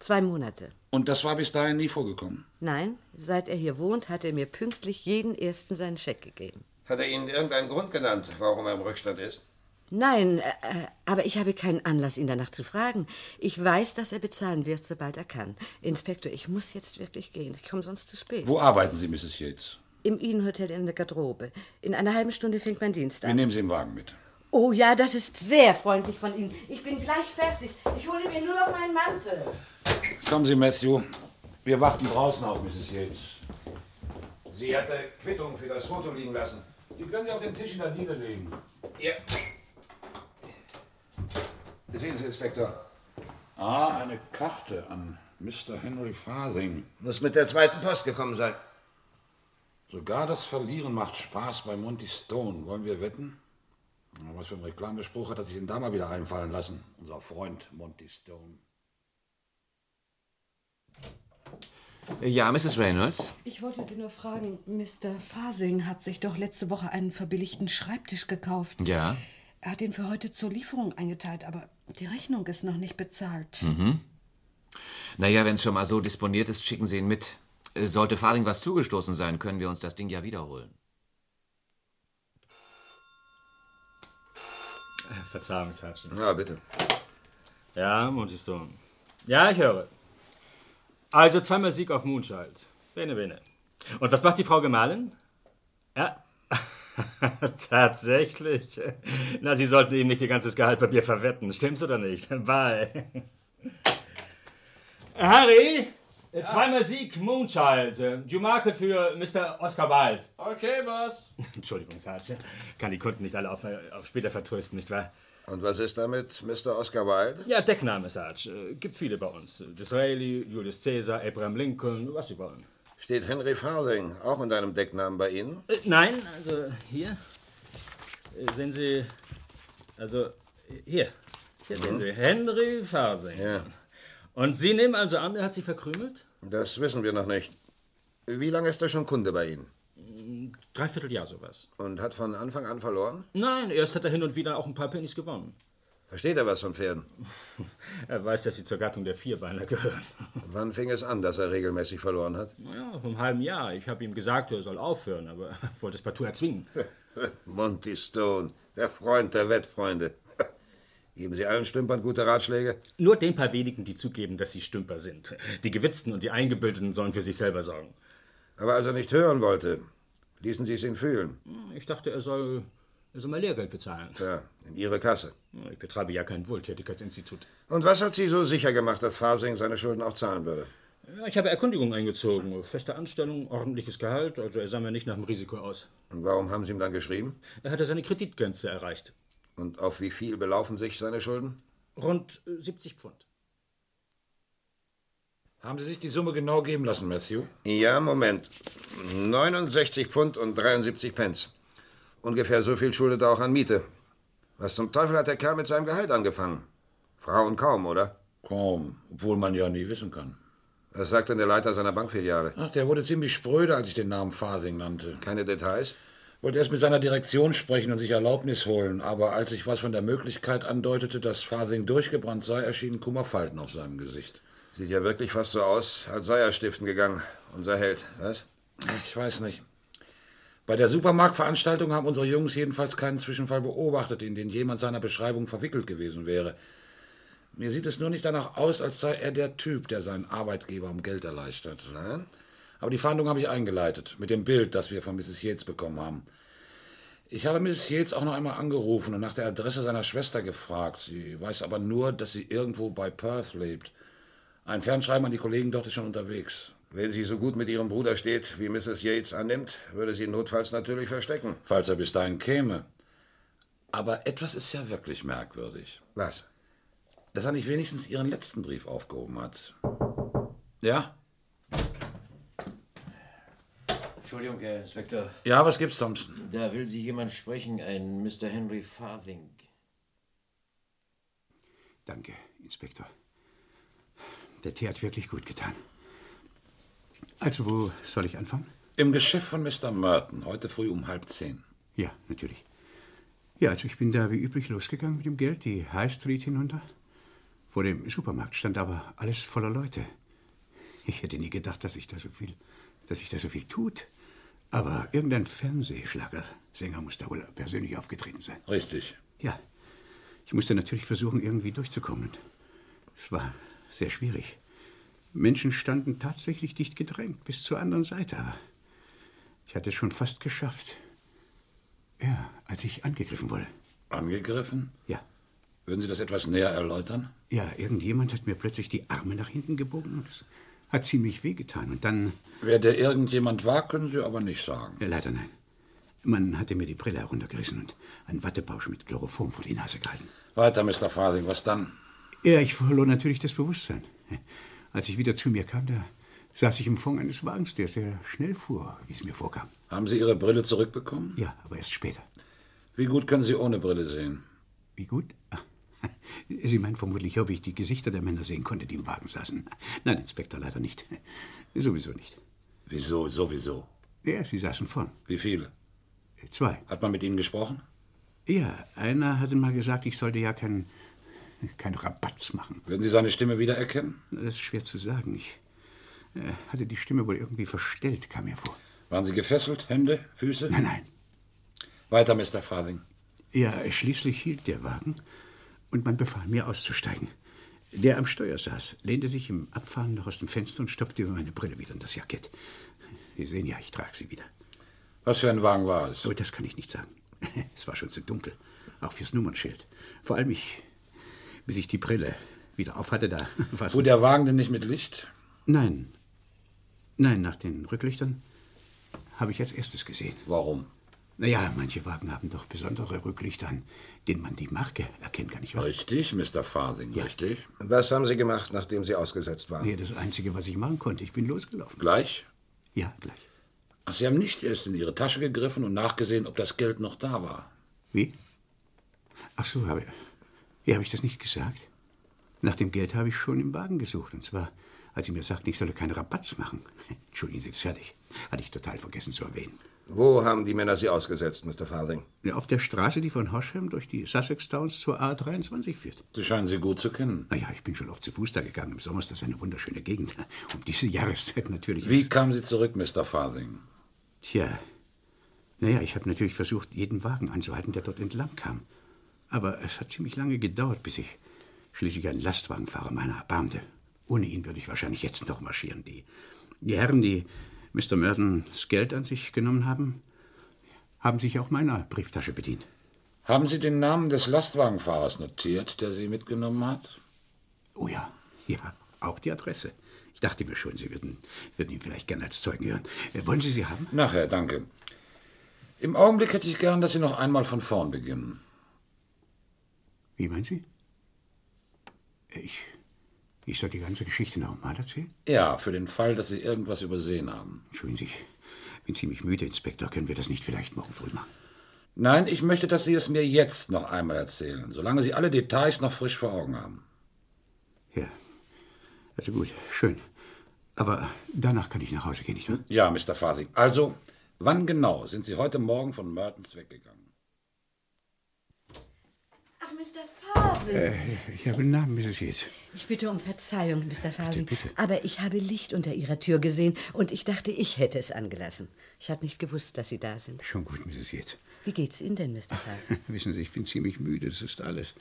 [SPEAKER 4] Zwei Monate.
[SPEAKER 7] Und das war bis dahin nie vorgekommen.
[SPEAKER 4] Nein, seit er hier wohnt, hat er mir pünktlich jeden ersten seinen Scheck gegeben.
[SPEAKER 9] Hat er Ihnen irgendeinen Grund genannt, warum er im Rückstand ist?
[SPEAKER 4] Nein, äh, äh, aber ich habe keinen Anlass, ihn danach zu fragen. Ich weiß, dass er bezahlen wird, sobald er kann. Inspektor, ich muss jetzt wirklich gehen. Ich komme sonst zu spät.
[SPEAKER 7] Wo arbeiten Sie, Mrs. Yates?
[SPEAKER 4] Im Innenhotel in der Garderobe. In einer halben Stunde fängt mein Dienst
[SPEAKER 7] Wir
[SPEAKER 4] an.
[SPEAKER 7] nehmen Sie im Wagen mit.
[SPEAKER 4] Oh ja, das ist sehr freundlich von Ihnen. Ich bin gleich fertig. Ich hole mir nur noch meinen Mantel.
[SPEAKER 7] Kommen Sie, Matthew. Wir warten draußen auf Mrs. Yates.
[SPEAKER 9] Sie hatte Quittung für das Foto liegen lassen.
[SPEAKER 7] Die können Sie auf den Tisch in der Diele legen.
[SPEAKER 9] Ja. Sehen Sie, Inspektor.
[SPEAKER 7] Ah, eine Karte an Mr. Henry Fasing.
[SPEAKER 9] Muss mit der zweiten Post gekommen sein.
[SPEAKER 7] Sogar das Verlieren macht Spaß bei Monty Stone. Wollen wir wetten? Na, Was für ein Reklamespruch hat er sich denn da mal wieder einfallen lassen? Unser Freund Monty Stone.
[SPEAKER 10] Ja, Mrs. Reynolds?
[SPEAKER 8] Ich wollte Sie nur fragen, Mr. Fasing hat sich doch letzte Woche einen verbilligten Schreibtisch gekauft.
[SPEAKER 10] Ja.
[SPEAKER 8] Er hat ihn für heute zur Lieferung eingeteilt, aber die Rechnung ist noch nicht bezahlt.
[SPEAKER 10] Naja, wenn es schon mal so disponiert ist, schicken Sie ihn mit. Äh, Sollte Farling was zugestoßen sein, können wir uns das Ding ja wiederholen.
[SPEAKER 5] Äh, Verzeihung, Sergeant.
[SPEAKER 9] Ja, bitte.
[SPEAKER 5] Ja, Monty Stone. Ja, ich höre. Also zweimal Sieg auf Moonchild. Bene, bene. Und was macht die Frau Gemahlin? Ja. [LAUGHS] Tatsächlich. Na, Sie sollten eben nicht Ihr ganzes Gehalt bei mir verwetten. Stimmt's oder nicht? Bye. Harry! äh, Zweimal Sieg, Moonchild. You market für Mr. Oscar Wilde.
[SPEAKER 7] Okay, Boss.
[SPEAKER 5] [LAUGHS] Entschuldigung, Sarge. Kann die Kunden nicht alle auf, äh, auf später vertrösten, nicht wahr?
[SPEAKER 9] Und was ist damit, Mr. Oscar Wilde?
[SPEAKER 5] Ja, Deckname, Sarge. Äh, Gibt viele bei uns. Disraeli, Julius Caesar, Abraham Lincoln, was sie wollen.
[SPEAKER 9] Steht Henry Farthing auch in deinem Decknamen bei Ihnen?
[SPEAKER 5] Äh, nein, also hier. Äh, Sehen Sie. Also hier. Hier sehen
[SPEAKER 9] Mhm.
[SPEAKER 5] Sie. Henry Farsing.
[SPEAKER 9] Ja.
[SPEAKER 5] Und Sie nehmen also an, er hat sie verkrümelt?
[SPEAKER 9] Das wissen wir noch nicht. Wie lange ist er schon Kunde bei Ihnen?
[SPEAKER 5] Äh, Dreivierteljahr sowas.
[SPEAKER 9] Und hat von Anfang an verloren?
[SPEAKER 5] Nein, erst hat er hin und wieder auch ein paar Pennies gewonnen.
[SPEAKER 9] Versteht er was von Pferden?
[SPEAKER 5] [LAUGHS] Er weiß, dass sie zur Gattung der Vierbeiner gehören. [LAUGHS]
[SPEAKER 9] Wann fing es an, dass er regelmäßig verloren hat? [LAUGHS]
[SPEAKER 5] Naja, vor einem halben Jahr. Ich habe ihm gesagt, er soll aufhören, aber [LAUGHS] er wollte es partout erzwingen.
[SPEAKER 9] Monty Stone, der Freund der Wettfreunde. [LAUGHS] Geben Sie allen Stümpern gute Ratschläge?
[SPEAKER 5] Nur den paar wenigen, die zugeben, dass sie Stümper sind. Die Gewitzten und die Eingebildeten sollen für sich selber sorgen.
[SPEAKER 9] Aber als er nicht hören wollte, ließen Sie es ihn fühlen.
[SPEAKER 5] Hm, Ich dachte, er soll, er soll mal Lehrgeld bezahlen.
[SPEAKER 9] Ja, in Ihre Kasse.
[SPEAKER 5] Ich betreibe ja kein Wohltätigkeitsinstitut.
[SPEAKER 9] Und was hat Sie so sicher gemacht, dass Fasing seine Schulden auch zahlen würde?
[SPEAKER 5] Ja, Ich habe Erkundigungen eingezogen. Feste Anstellung, ordentliches Gehalt, also er sah mir nicht nach dem Risiko aus.
[SPEAKER 9] Und warum haben Sie ihm dann geschrieben?
[SPEAKER 5] Er hatte seine Kreditgrenze erreicht.
[SPEAKER 9] Und auf wie viel belaufen sich seine Schulden?
[SPEAKER 5] Rund äh, 70 Pfund.
[SPEAKER 7] Haben Sie sich die Summe genau geben lassen, Matthew?
[SPEAKER 9] Ja, Moment. 69 Pfund und 73 Pence. Ungefähr so viel schuldet er auch an Miete. Was zum Teufel hat der Kerl mit seinem Gehalt angefangen? Frauen kaum, oder?
[SPEAKER 7] Kaum, obwohl man ja nie wissen kann.
[SPEAKER 9] Was sagt denn der Leiter seiner Bankfiliale?
[SPEAKER 7] Ach, der wurde ziemlich spröde, als ich den Namen Fasing nannte.
[SPEAKER 9] Keine Details?
[SPEAKER 7] Wollte erst mit seiner Direktion sprechen und sich Erlaubnis holen, aber als ich was von der Möglichkeit andeutete, dass Fasing durchgebrannt sei, erschienen Kummerfalten auf seinem Gesicht.
[SPEAKER 9] Sieht ja wirklich fast so aus, als sei er stiften gegangen. Unser Held, was?
[SPEAKER 7] Ich weiß nicht. Bei der Supermarktveranstaltung haben unsere Jungs jedenfalls keinen Zwischenfall beobachtet, in den jemand seiner Beschreibung verwickelt gewesen wäre. Mir sieht es nur nicht danach aus, als sei er der Typ, der seinen Arbeitgeber um Geld erleichtert. Nein? Aber die Fahndung habe ich eingeleitet, mit dem Bild, das wir von Mrs. Yates bekommen haben. Ich habe Mrs. Yates auch noch einmal angerufen und nach der Adresse seiner Schwester gefragt. Sie weiß aber nur, dass sie irgendwo bei Perth lebt. Ein Fernschreiben an die Kollegen dort ist schon unterwegs.
[SPEAKER 9] Wenn sie so gut mit ihrem Bruder steht, wie Mrs. Yates annimmt, würde sie notfalls natürlich verstecken.
[SPEAKER 7] falls er bis dahin käme. Aber etwas ist ja wirklich merkwürdig,
[SPEAKER 9] Was?
[SPEAKER 7] dass er nicht wenigstens Ihren letzten Brief aufgehoben hat. Ja?
[SPEAKER 11] Entschuldigung, Herr Inspektor.
[SPEAKER 7] Ja, was gibt's, Thompson?
[SPEAKER 11] Da will Sie jemand sprechen, ein Mr. Henry Farthing.
[SPEAKER 6] Danke, Inspektor. Der Tee hat wirklich gut getan. Also, wo soll ich anfangen?
[SPEAKER 7] Im Geschäft von Mr. Merton, heute früh um halb zehn.
[SPEAKER 6] Ja, natürlich. Ja, also ich bin da wie üblich losgegangen mit dem Geld, die High Street hinunter. Vor dem Supermarkt stand aber alles voller Leute. Ich hätte nie gedacht, dass ich da so viel, dass sich da so viel tut. Aber irgendein Fernsehschlagersänger muss da wohl persönlich aufgetreten sein.
[SPEAKER 7] Richtig.
[SPEAKER 6] Ja, ich musste natürlich versuchen, irgendwie durchzukommen. Es war sehr schwierig. Menschen standen tatsächlich dicht gedrängt bis zur anderen Seite. Aber ich hatte es schon fast geschafft. Ja, als ich angegriffen wurde.
[SPEAKER 7] Angegriffen?
[SPEAKER 6] Ja.
[SPEAKER 7] Würden Sie das etwas näher erläutern?
[SPEAKER 6] Ja, irgendjemand hat mir plötzlich die Arme nach hinten gebogen und es hat ziemlich wehgetan. Und dann,
[SPEAKER 7] Wer der irgendjemand war, können Sie aber nicht sagen.
[SPEAKER 6] ja, leider nein. Man hatte mir die Brille heruntergerissen und einen Wattebausch mit Chloroform vor die Nase gehalten.
[SPEAKER 7] Weiter, Mr. Fasing, was dann?
[SPEAKER 6] Ja, ich verlor natürlich das Bewusstsein. Als ich wieder zu mir kam, da saß ich im Fond eines Wagens, der sehr schnell fuhr, wie es mir vorkam.
[SPEAKER 7] Haben Sie Ihre Brille zurückbekommen?
[SPEAKER 6] Ja, aber erst später.
[SPEAKER 7] Wie gut können Sie ohne Brille sehen?
[SPEAKER 6] Wie gut? Ah, [LAUGHS] Sie meinen vermutlich, ob ich die Gesichter der Männer sehen konnte, die im Wagen saßen. Nein, Inspektor, leider nicht. [LAUGHS] Sowieso nicht.
[SPEAKER 7] Wieso, sowieso?
[SPEAKER 6] Ja, sie saßen vorn.
[SPEAKER 7] Wie viele?
[SPEAKER 6] Zwei.
[SPEAKER 7] Hat man mit Ihnen gesprochen?
[SPEAKER 6] Ja, einer hatte mal gesagt, ich sollte ja keinen kein Rabatz machen.
[SPEAKER 7] Würden Sie seine Stimme wiedererkennen?
[SPEAKER 6] Das ist schwer zu sagen. Ich äh, hatte die Stimme wohl irgendwie verstellt, kam mir vor.
[SPEAKER 7] Waren Sie gefesselt? Hände? Füße?
[SPEAKER 6] Nein, nein.
[SPEAKER 7] Weiter, Mr. Farthing.
[SPEAKER 6] Ja, schließlich hielt der Wagen und man befahl mir auszusteigen. Der am Steuer saß, lehnte sich im Abfahren noch aus dem Fenster und stopfte mir meine Brille wieder in das Jackett. Sie sehen ja, ich trage sie wieder.
[SPEAKER 7] Was für ein Wagen war es?
[SPEAKER 6] Aber das kann ich nicht sagen. [LAUGHS] Es war schon zu dunkel, auch fürs Nummernschild. Vor allem ich, bis ich die Brille wieder auf hatte, da war es.
[SPEAKER 7] Fuhr der Wagen denn nicht mit Licht?
[SPEAKER 6] Nein, nein, nach den Rücklichtern habe ich als erstes gesehen.
[SPEAKER 7] Warum?
[SPEAKER 6] Naja, manche Wagen haben doch besondere Rücklichter, an denen man die Marke erkennen kann, nicht wahr?
[SPEAKER 7] Richtig, Mr. Farthing, richtig.
[SPEAKER 9] Was haben Sie gemacht, nachdem Sie ausgesetzt waren?
[SPEAKER 6] Nee, das Einzige, was ich machen konnte, ich bin losgelaufen.
[SPEAKER 7] Gleich?
[SPEAKER 6] Ja, gleich.
[SPEAKER 7] Ach, Sie haben nicht erst in Ihre Tasche gegriffen und nachgesehen, ob das Geld noch da war.
[SPEAKER 6] Wie? Ach so, habe ja, hab ich das nicht gesagt? Nach dem Geld habe ich schon im Wagen gesucht. Und zwar, [LAUGHS] als sie mir sagten, ich solle keinen Rabatz machen. Entschuldigen Sie, ist fertig. Hatte ich total vergessen zu erwähnen.
[SPEAKER 9] Wo haben die Männer Sie ausgesetzt, Mr. Farthing?
[SPEAKER 6] Ja, Auf der Straße, die von Hosham durch die Sussex Downs zur A23 führt.
[SPEAKER 7] Sie scheinen sie gut zu kennen.
[SPEAKER 6] Naja, ich bin schon oft zu Fuß da gegangen. Im Sommer ist das eine wunderschöne Gegend. [LAUGHS] Um diese Jahreszeit natürlich.
[SPEAKER 7] Wie kamen Sie zurück, Mr. Farthing?
[SPEAKER 6] Tja, naja, ich habe natürlich versucht, jeden Wagen anzuhalten, der dort entlang kam. Aber es hat ziemlich lange gedauert, bis ich schließlich einen Lastwagenfahrer meiner erbarmte. Ohne ihn würde ich wahrscheinlich jetzt noch marschieren. Die, die Herren, die Mr. Murdens Geld an sich genommen haben, haben sich auch meiner Brieftasche bedient.
[SPEAKER 7] Haben Sie den Namen des Lastwagenfahrers notiert, der Sie mitgenommen hat?
[SPEAKER 6] Oh ja, ja, auch die Adresse. Ich dachte mir schon, Sie würden, würden ihn vielleicht gerne als Zeugen hören. Äh, Wollen Sie sie haben?
[SPEAKER 7] Nachher, danke. Im Augenblick hätte ich gern, dass Sie noch einmal von vorn beginnen.
[SPEAKER 6] Wie meinen Sie? Ich, ich soll die ganze Geschichte noch mal erzählen?
[SPEAKER 7] Ja, für den Fall, dass Sie irgendwas übersehen haben.
[SPEAKER 6] Entschuldigen Sie, bin ziemlich müde, Inspektor. Können wir das nicht vielleicht morgen früh machen?
[SPEAKER 7] Nein, ich möchte, dass Sie es mir jetzt noch einmal erzählen, solange Sie alle Details noch frisch vor Augen haben.
[SPEAKER 6] Also gut, schön. Aber danach kann ich nach Hause gehen, nicht wahr?
[SPEAKER 7] Ja, Mr. Farthing. Also, wann genau sind Sie heute Morgen von Mertens weggegangen?
[SPEAKER 4] Ach, Mr. Farthing.
[SPEAKER 6] Äh, ich habe einen Namen, Mrs. Yates.
[SPEAKER 4] Ich bitte um Verzeihung, Mr. Farthing. Aber ich habe Licht unter Ihrer Tür gesehen und ich dachte, ich hätte es angelassen. Ich habe nicht gewusst, dass Sie da sind.
[SPEAKER 6] Schon gut, Mrs. Yates.
[SPEAKER 4] Wie geht's Ihnen denn, Mr. Farthing?
[SPEAKER 6] Wissen Sie, ich bin ziemlich müde, das ist alles.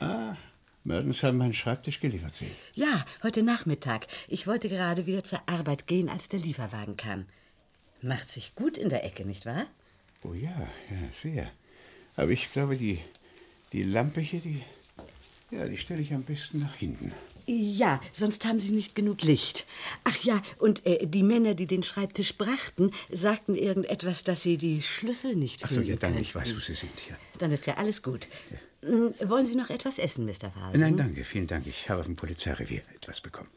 [SPEAKER 4] Ja.
[SPEAKER 6] Ah, Mertens haben meinen Schreibtisch geliefert, sehe ich.
[SPEAKER 4] Ja, heute Nachmittag. Ich wollte gerade wieder zur Arbeit gehen, als der Lieferwagen kam. Macht sich gut in der Ecke, nicht wahr?
[SPEAKER 6] Oh ja, ja, sehr. Aber ich glaube, die, die Lampe hier, die, ja, die stelle ich am besten nach hinten.
[SPEAKER 4] Ja, sonst haben Sie nicht genug Licht. Ach ja, und äh, die Männer, die den Schreibtisch brachten, sagten irgendetwas, dass sie die Schlüssel nicht
[SPEAKER 6] Achso,
[SPEAKER 4] finden
[SPEAKER 6] ja, dann,
[SPEAKER 4] könnten.
[SPEAKER 6] ich weiß, wo Sie sind. Ja.
[SPEAKER 4] Dann ist ja alles gut. Hm, Wollen Sie noch etwas essen, Mr. Farthing?
[SPEAKER 6] Nein, danke, vielen Dank. Ich habe auf dem Polizeirevier etwas bekommen.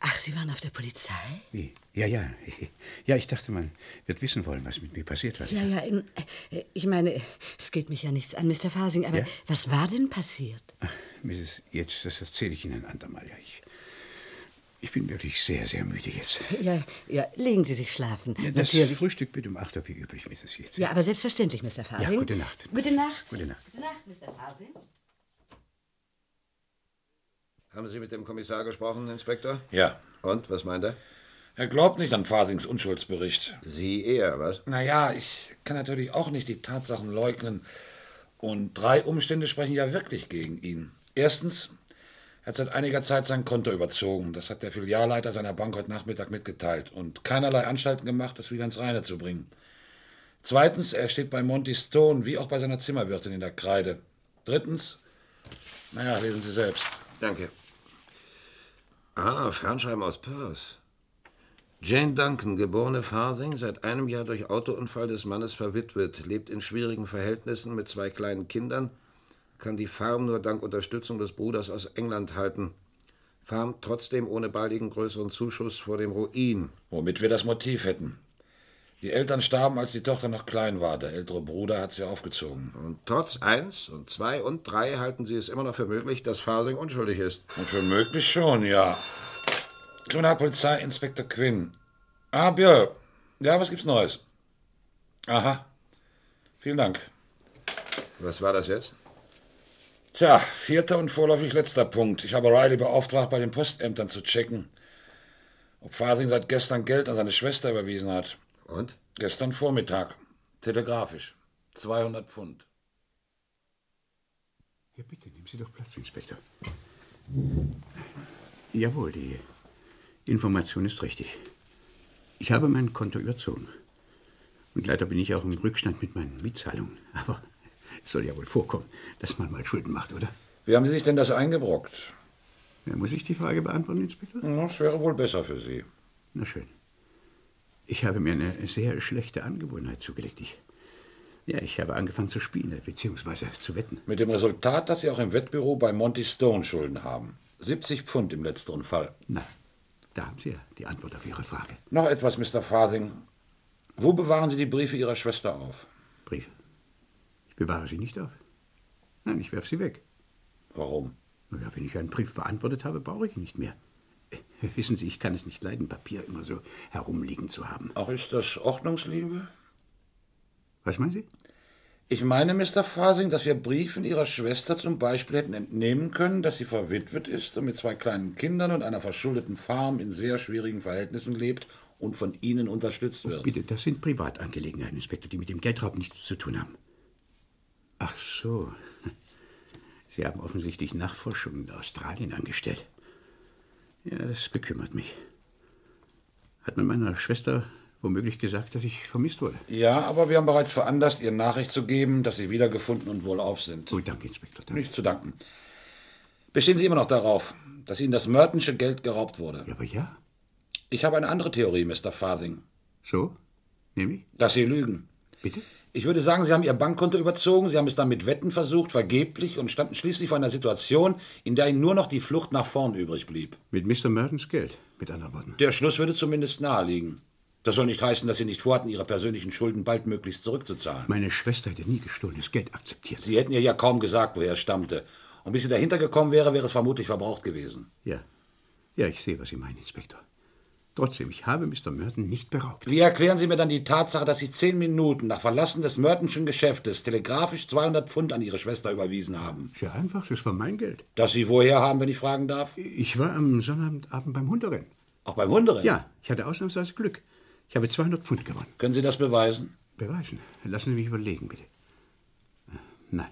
[SPEAKER 4] Ach, Sie waren auf der Polizei?
[SPEAKER 6] Wie? Ja, ja. [LAUGHS] Ja, ich dachte, man wird wissen wollen, was mit mir passiert war.
[SPEAKER 4] Ja, ja, ähm, äh, ich meine, es geht mich ja nichts an, Mr. Farsing, aber
[SPEAKER 6] Ja?
[SPEAKER 4] was war denn passiert?
[SPEAKER 6] Mrs. Jetzt, das erzähle ich Ihnen ein andermal. Ja, ich, ich bin wirklich sehr, sehr müde jetzt.
[SPEAKER 4] Ja, ja, legen Sie sich schlafen.
[SPEAKER 6] Ja, das
[SPEAKER 4] Natürlich.
[SPEAKER 6] Frühstück bitte um 8 Uhr wie üblich, Mrs. Jetzt.
[SPEAKER 4] Ja, aber selbstverständlich, Mr. Farsing.
[SPEAKER 6] gute Nacht.
[SPEAKER 4] Gute Nacht.
[SPEAKER 6] Gute Nacht.
[SPEAKER 4] Gute Nacht, Mr. Farsing.
[SPEAKER 9] Haben Sie mit dem Kommissar gesprochen, Inspektor?
[SPEAKER 7] Ja.
[SPEAKER 9] Und, was meint er?
[SPEAKER 7] Er glaubt nicht an Fasings Unschuldsbericht.
[SPEAKER 9] Sie eher, was?
[SPEAKER 7] Naja, ich kann natürlich auch nicht die Tatsachen leugnen. Und drei Umstände sprechen ja wirklich gegen ihn. Erstens, er hat seit einiger Zeit sein Konto überzogen. Das hat der Filialleiter seiner Bank heute Nachmittag mitgeteilt und keinerlei Anstalten gemacht, es wieder ins Reine zu bringen. Zweitens, er steht bei Monty Stone wie auch bei seiner Zimmerwirtin in der Kreide. Drittens, naja, lesen Sie selbst.
[SPEAKER 9] Danke. Ah, Fernschreiben aus Perth. Jane Duncan, geborene Farthing, seit einem Jahr durch Autounfall des Mannes verwitwet, lebt in schwierigen Verhältnissen mit zwei kleinen Kindern, kann die Farm nur dank Unterstützung des Bruders aus England halten. Farm trotzdem ohne baldigen größeren Zuschuss vor dem Ruin.
[SPEAKER 7] Womit wir das Motiv hätten. Die Eltern starben, als die Tochter noch klein war. Der ältere Bruder hat sie aufgezogen.
[SPEAKER 9] Und trotz eins und zwei und drei halten Sie es immer noch für möglich, dass Farthing unschuldig ist.
[SPEAKER 7] Und für möglich schon, ja. Kriminalpolizeiinspektor Quinn. Ah, Björn. Ja, was gibt's Neues? Aha. Vielen Dank.
[SPEAKER 9] Was war das jetzt?
[SPEAKER 7] Tja, vierter und vorläufig letzter Punkt. Ich habe Riley beauftragt, bei den Postämtern zu checken, ob Fasing seit gestern Geld an seine Schwester überwiesen hat.
[SPEAKER 9] Und?
[SPEAKER 7] Gestern Vormittag. Telegrafisch. 200 Pfund.
[SPEAKER 6] Ja, bitte, nehmen Sie doch Platz, Inspektor. Jawohl, die Information ist richtig. Ich habe mein Konto überzogen. Und leider bin ich auch im Rückstand mit meinen Mietzahlungen. Aber es soll ja wohl vorkommen, dass man mal Schulden macht, oder?
[SPEAKER 7] Wie haben Sie sich denn das eingebrockt?
[SPEAKER 6] Ja, muss ich die Frage beantworten, Inspektor?
[SPEAKER 7] Das wäre wohl besser für Sie.
[SPEAKER 6] Na schön. Ich habe mir eine sehr schlechte Angewohnheit zugelegt. Ich, ja, ich habe angefangen zu spielen, beziehungsweise zu wetten.
[SPEAKER 7] Mit dem Resultat, dass Sie auch im Wettbüro bei Monty Stone Schulden haben. 70 Pfund im letzteren Fall.
[SPEAKER 6] Na, da haben Sie ja die Antwort auf Ihre Frage.
[SPEAKER 7] Noch etwas, Mr. Farthing. Wo bewahren Sie die Briefe Ihrer Schwester auf?
[SPEAKER 6] Briefe? Ich bewahre sie nicht auf. Nein, ich werfe sie weg.
[SPEAKER 7] Warum?
[SPEAKER 6] Naja, wenn ich einen Brief beantwortet habe, brauche ich ihn nicht mehr. [LAUGHS] Wissen Sie, ich kann es nicht leiden, Papier immer so herumliegen zu haben.
[SPEAKER 7] Auch ist das Ordnungsliebe?
[SPEAKER 6] Was meinen Sie?
[SPEAKER 7] Ich meine, Mr. Fasing, dass wir Briefen Ihrer Schwester zum Beispiel hätten entnehmen können, dass sie verwitwet ist und mit zwei kleinen Kindern und einer verschuldeten Farm in sehr schwierigen Verhältnissen lebt und von Ihnen unterstützt wird.
[SPEAKER 6] Bitte, das sind Privatangelegenheiten, Inspektor, die mit dem Geldraub nichts zu tun haben. Ach so. [LAUGHS] Sie haben offensichtlich Nachforschungen in Australien angestellt. Ja, das bekümmert mich. Hat man meiner Schwester womöglich gesagt, dass ich vermisst wurde?
[SPEAKER 7] Ja, aber wir haben bereits veranlasst, ihr Nachricht zu geben, dass sie wiedergefunden und wohlauf sind.
[SPEAKER 6] Gut, Oh, danke, Inspektor.
[SPEAKER 7] Nicht zu danken. Bestehen Sie immer noch darauf, dass Ihnen das Mertonsche Geld geraubt wurde?
[SPEAKER 6] Ja, aber ja.
[SPEAKER 7] Ich habe eine andere Theorie, Mr. Farthing.
[SPEAKER 6] So? Nämlich?
[SPEAKER 7] Dass Sie lügen.
[SPEAKER 6] Bitte?
[SPEAKER 7] Ich würde sagen, Sie haben Ihr Bankkonto überzogen, Sie haben es dann mit Wetten versucht, vergeblich und standen schließlich vor einer Situation, in der Ihnen nur noch die Flucht nach vorn übrig blieb.
[SPEAKER 6] Mit Mr. Mertons Geld, mit anderen Worten.
[SPEAKER 7] Der Schluss würde zumindest naheliegen. Das soll nicht heißen, dass Sie nicht vorhatten, Ihre persönlichen Schulden baldmöglichst zurückzuzahlen.
[SPEAKER 6] Meine Schwester hätte nie gestohlenes Geld akzeptiert.
[SPEAKER 7] Sie hätten ihr ja kaum gesagt, woher es stammte. Und bis sie dahinter gekommen wäre, wäre es vermutlich verbraucht gewesen.
[SPEAKER 6] Ja. Ja, ich sehe, was Sie meinen, Inspektor. Trotzdem, ich habe Mr. Merton nicht beraubt.
[SPEAKER 7] Wie erklären Sie mir dann die Tatsache, dass Sie zehn Minuten nach Verlassen des Mertonschen Geschäftes telegrafisch 200 Pfund an Ihre Schwester überwiesen haben?
[SPEAKER 6] Sehr einfach, das war mein Geld.
[SPEAKER 7] Das Sie woher haben, wenn ich fragen darf?
[SPEAKER 6] Ich war am Sonnabendabend beim Hunderennen.
[SPEAKER 7] Auch beim Hunderennen?
[SPEAKER 6] Ja, ich hatte ausnahmsweise Glück. Ich habe 200 Pfund gewonnen.
[SPEAKER 7] Können Sie das beweisen?
[SPEAKER 6] Beweisen? Lassen Sie mich überlegen, bitte. Äh, Nein.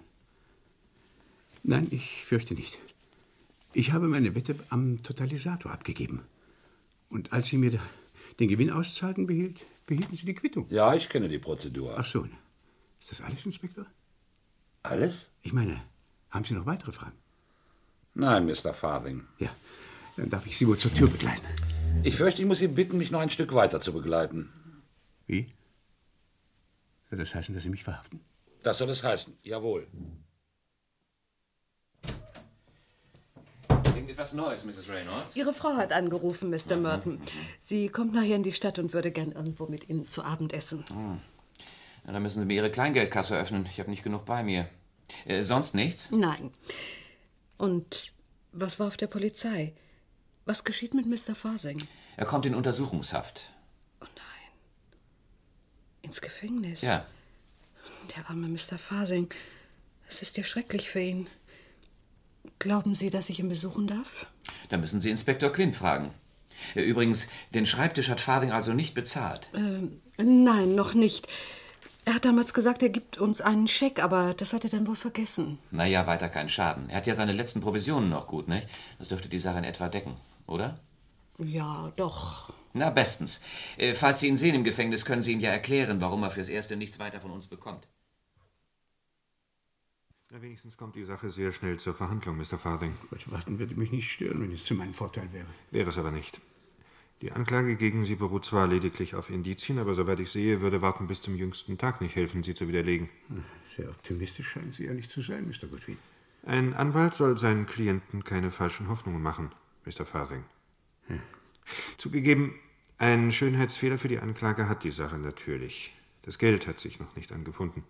[SPEAKER 6] Nein, ich fürchte nicht. Ich habe meine Wette am Totalisator abgegeben. Und als Sie mir da- den Gewinn auszahlten, behielt, behielten Sie die Quittung.
[SPEAKER 7] Ja, ich kenne die Prozedur.
[SPEAKER 6] Ach so. ne. Ist das alles, Inspektor?
[SPEAKER 7] Alles?
[SPEAKER 6] Ich meine, haben Sie noch weitere Fragen?
[SPEAKER 7] Nein, Mr. Farthing.
[SPEAKER 6] Ja. Dann darf ich Sie wohl zur Tür begleiten.
[SPEAKER 7] Ich fürchte, ich muss Sie bitten, mich noch ein Stück weiter zu begleiten.
[SPEAKER 6] Wie? Soll das heißen, dass Sie mich verhaften?
[SPEAKER 7] Das soll es heißen. Jawohl.
[SPEAKER 10] Irgendetwas Neues, Mrs. Reynolds?
[SPEAKER 8] Ihre Frau hat angerufen, Mr. Merton. Sie kommt nachher in die Stadt und würde gern irgendwo mit Ihnen zu Abend essen.
[SPEAKER 10] Hm. Na, dann müssen Sie mir Ihre Kleingeldkasse öffnen. Ich habe nicht genug bei mir. Äh, sonst nichts?
[SPEAKER 8] Nein. Und was war auf der Polizei? Was geschieht mit Mr. Fasing?
[SPEAKER 10] Er kommt in Untersuchungshaft.
[SPEAKER 8] Ins Gefängnis?
[SPEAKER 10] Ja.
[SPEAKER 8] Der arme Mr. Fasing. Es ist ja schrecklich für ihn. Glauben Sie, dass ich ihn besuchen darf?
[SPEAKER 10] Da müssen Sie Inspektor Quinn fragen. Äh, Übrigens, den Schreibtisch hat Farthing also nicht bezahlt.
[SPEAKER 8] Ähm, nein, noch nicht. Er hat damals gesagt, er gibt uns einen Scheck, aber das hat er dann wohl vergessen.
[SPEAKER 10] Naja, weiter kein Schaden. Er hat ja seine letzten Provisionen noch gut, nicht? Das dürfte die Sache in etwa decken, oder?
[SPEAKER 8] Ja, doch.
[SPEAKER 10] Na, bestens. Äh, falls Sie ihn sehen im Gefängnis, können Sie ihm ja erklären, warum er fürs Erste nichts weiter von uns bekommt.
[SPEAKER 12] Na, wenigstens kommt die Sache sehr schnell zur Verhandlung, Mr. Farthing.
[SPEAKER 6] Gut, warten würde mich nicht stören, wenn es zu meinem Vorteil wäre.
[SPEAKER 12] Wäre es aber nicht. Die Anklage gegen Sie beruht zwar lediglich auf Indizien, aber soweit ich sehe, würde Warten bis zum jüngsten Tag nicht helfen, sie zu widerlegen.
[SPEAKER 6] Hm, Sehr optimistisch scheinen Sie ja nicht zu sein, Mr. Goodwin.
[SPEAKER 12] Ein Anwalt soll seinen Klienten keine falschen Hoffnungen machen, Mr. Farthing.
[SPEAKER 6] Hm.
[SPEAKER 12] Zugegeben, einen Schönheitsfehler für die Anklage hat die Sache natürlich. Das Geld hat sich noch nicht angefunden.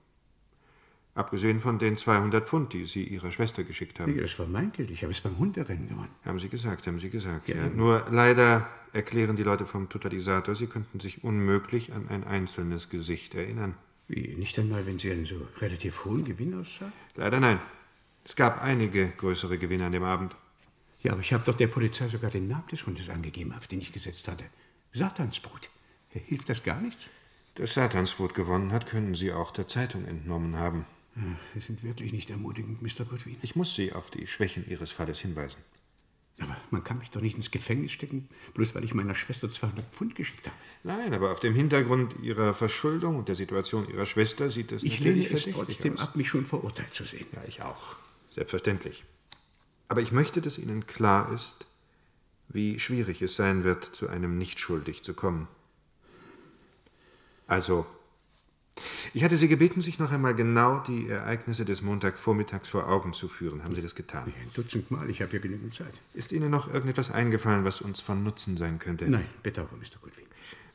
[SPEAKER 12] Abgesehen von den 200 Pfund, die Sie Ihrer Schwester geschickt haben.
[SPEAKER 6] Nee, das war mein Geld. Ich habe es beim Hunderennen gewonnen.
[SPEAKER 12] Haben Sie gesagt, haben Sie gesagt. Ja,
[SPEAKER 6] Ja.
[SPEAKER 12] nur leider erklären die Leute vom Totalisator, sie könnten sich unmöglich an ein einzelnes Gesicht erinnern.
[SPEAKER 6] Wie, nicht einmal, wenn Sie einen so relativ hohen Gewinn auszahlen?
[SPEAKER 12] Leider nein. Es gab einige größere Gewinne an dem Abend.
[SPEAKER 6] Ja, aber ich habe doch der Polizei sogar den Namen des Hundes angegeben, auf den ich gesetzt hatte. Satansbrot. Hilft das gar nichts?
[SPEAKER 12] Das Satansbrot gewonnen hat, können Sie auch der Zeitung entnommen haben.
[SPEAKER 6] Ach, Sie sind wirklich nicht ermutigend, Mr. Goodwin.
[SPEAKER 12] Ich muss Sie auf die Schwächen Ihres Falles hinweisen.
[SPEAKER 6] Aber man kann mich doch nicht ins Gefängnis stecken, bloß weil ich meiner Schwester 200 Pfund geschickt habe.
[SPEAKER 12] Nein, aber auf dem Hintergrund Ihrer Verschuldung und der Situation Ihrer Schwester sieht das
[SPEAKER 6] Ich lehne
[SPEAKER 12] natürlich
[SPEAKER 6] es
[SPEAKER 12] verdächtig
[SPEAKER 6] trotzdem
[SPEAKER 12] aus.
[SPEAKER 6] ab, mich schon verurteilt zu sehen.
[SPEAKER 12] Ja, ich auch. Selbstverständlich. Aber ich möchte, dass Ihnen klar ist, wie schwierig es sein wird, zu einem Nichtschuldig zu kommen. Also, ich hatte Sie gebeten, sich noch einmal genau die Ereignisse des Montagvormittags vor Augen zu führen. Haben Sie das getan?
[SPEAKER 6] Ein Dutzend Mal, ich habe ja genügend Zeit.
[SPEAKER 12] Ist Ihnen noch irgendetwas eingefallen, was uns von Nutzen sein könnte?
[SPEAKER 6] Nein, bedauere, Mr. Goodwin.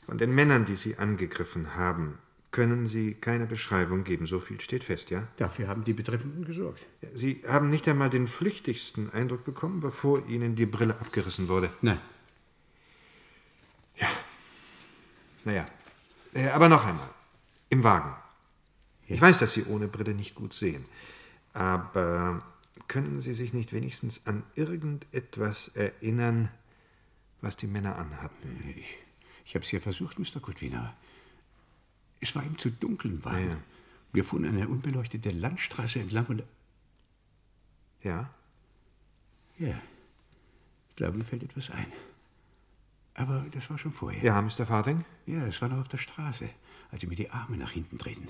[SPEAKER 12] Von den Männern, die Sie angegriffen haben, können Sie keine Beschreibung geben. So viel steht fest, ja?
[SPEAKER 6] Dafür haben die Betreffenden gesorgt.
[SPEAKER 12] Sie haben nicht einmal den flüchtigsten Eindruck bekommen, bevor Ihnen die Brille abgerissen wurde.
[SPEAKER 6] Nein.
[SPEAKER 12] Ja. Naja. Äh, Aber noch einmal. Im Wagen. Ich weiß, dass Sie ohne Brille nicht gut sehen. Aber können Sie sich nicht wenigstens an irgendetwas erinnern, was die Männer anhatten?
[SPEAKER 6] Ich, ich habe es ja versucht, Mr. Kutwina. Es war ihm zu dunkel im Wagen. Wir fuhren eine unbeleuchtete Landstraße entlang und...
[SPEAKER 12] Ja?
[SPEAKER 6] Ja. Ich glaube, mir fällt etwas ein. Aber das war schon vorher.
[SPEAKER 12] Ja, Mr. Farthing?
[SPEAKER 6] Ja, es war noch auf der Straße, als sie mir die Arme nach hinten drehten.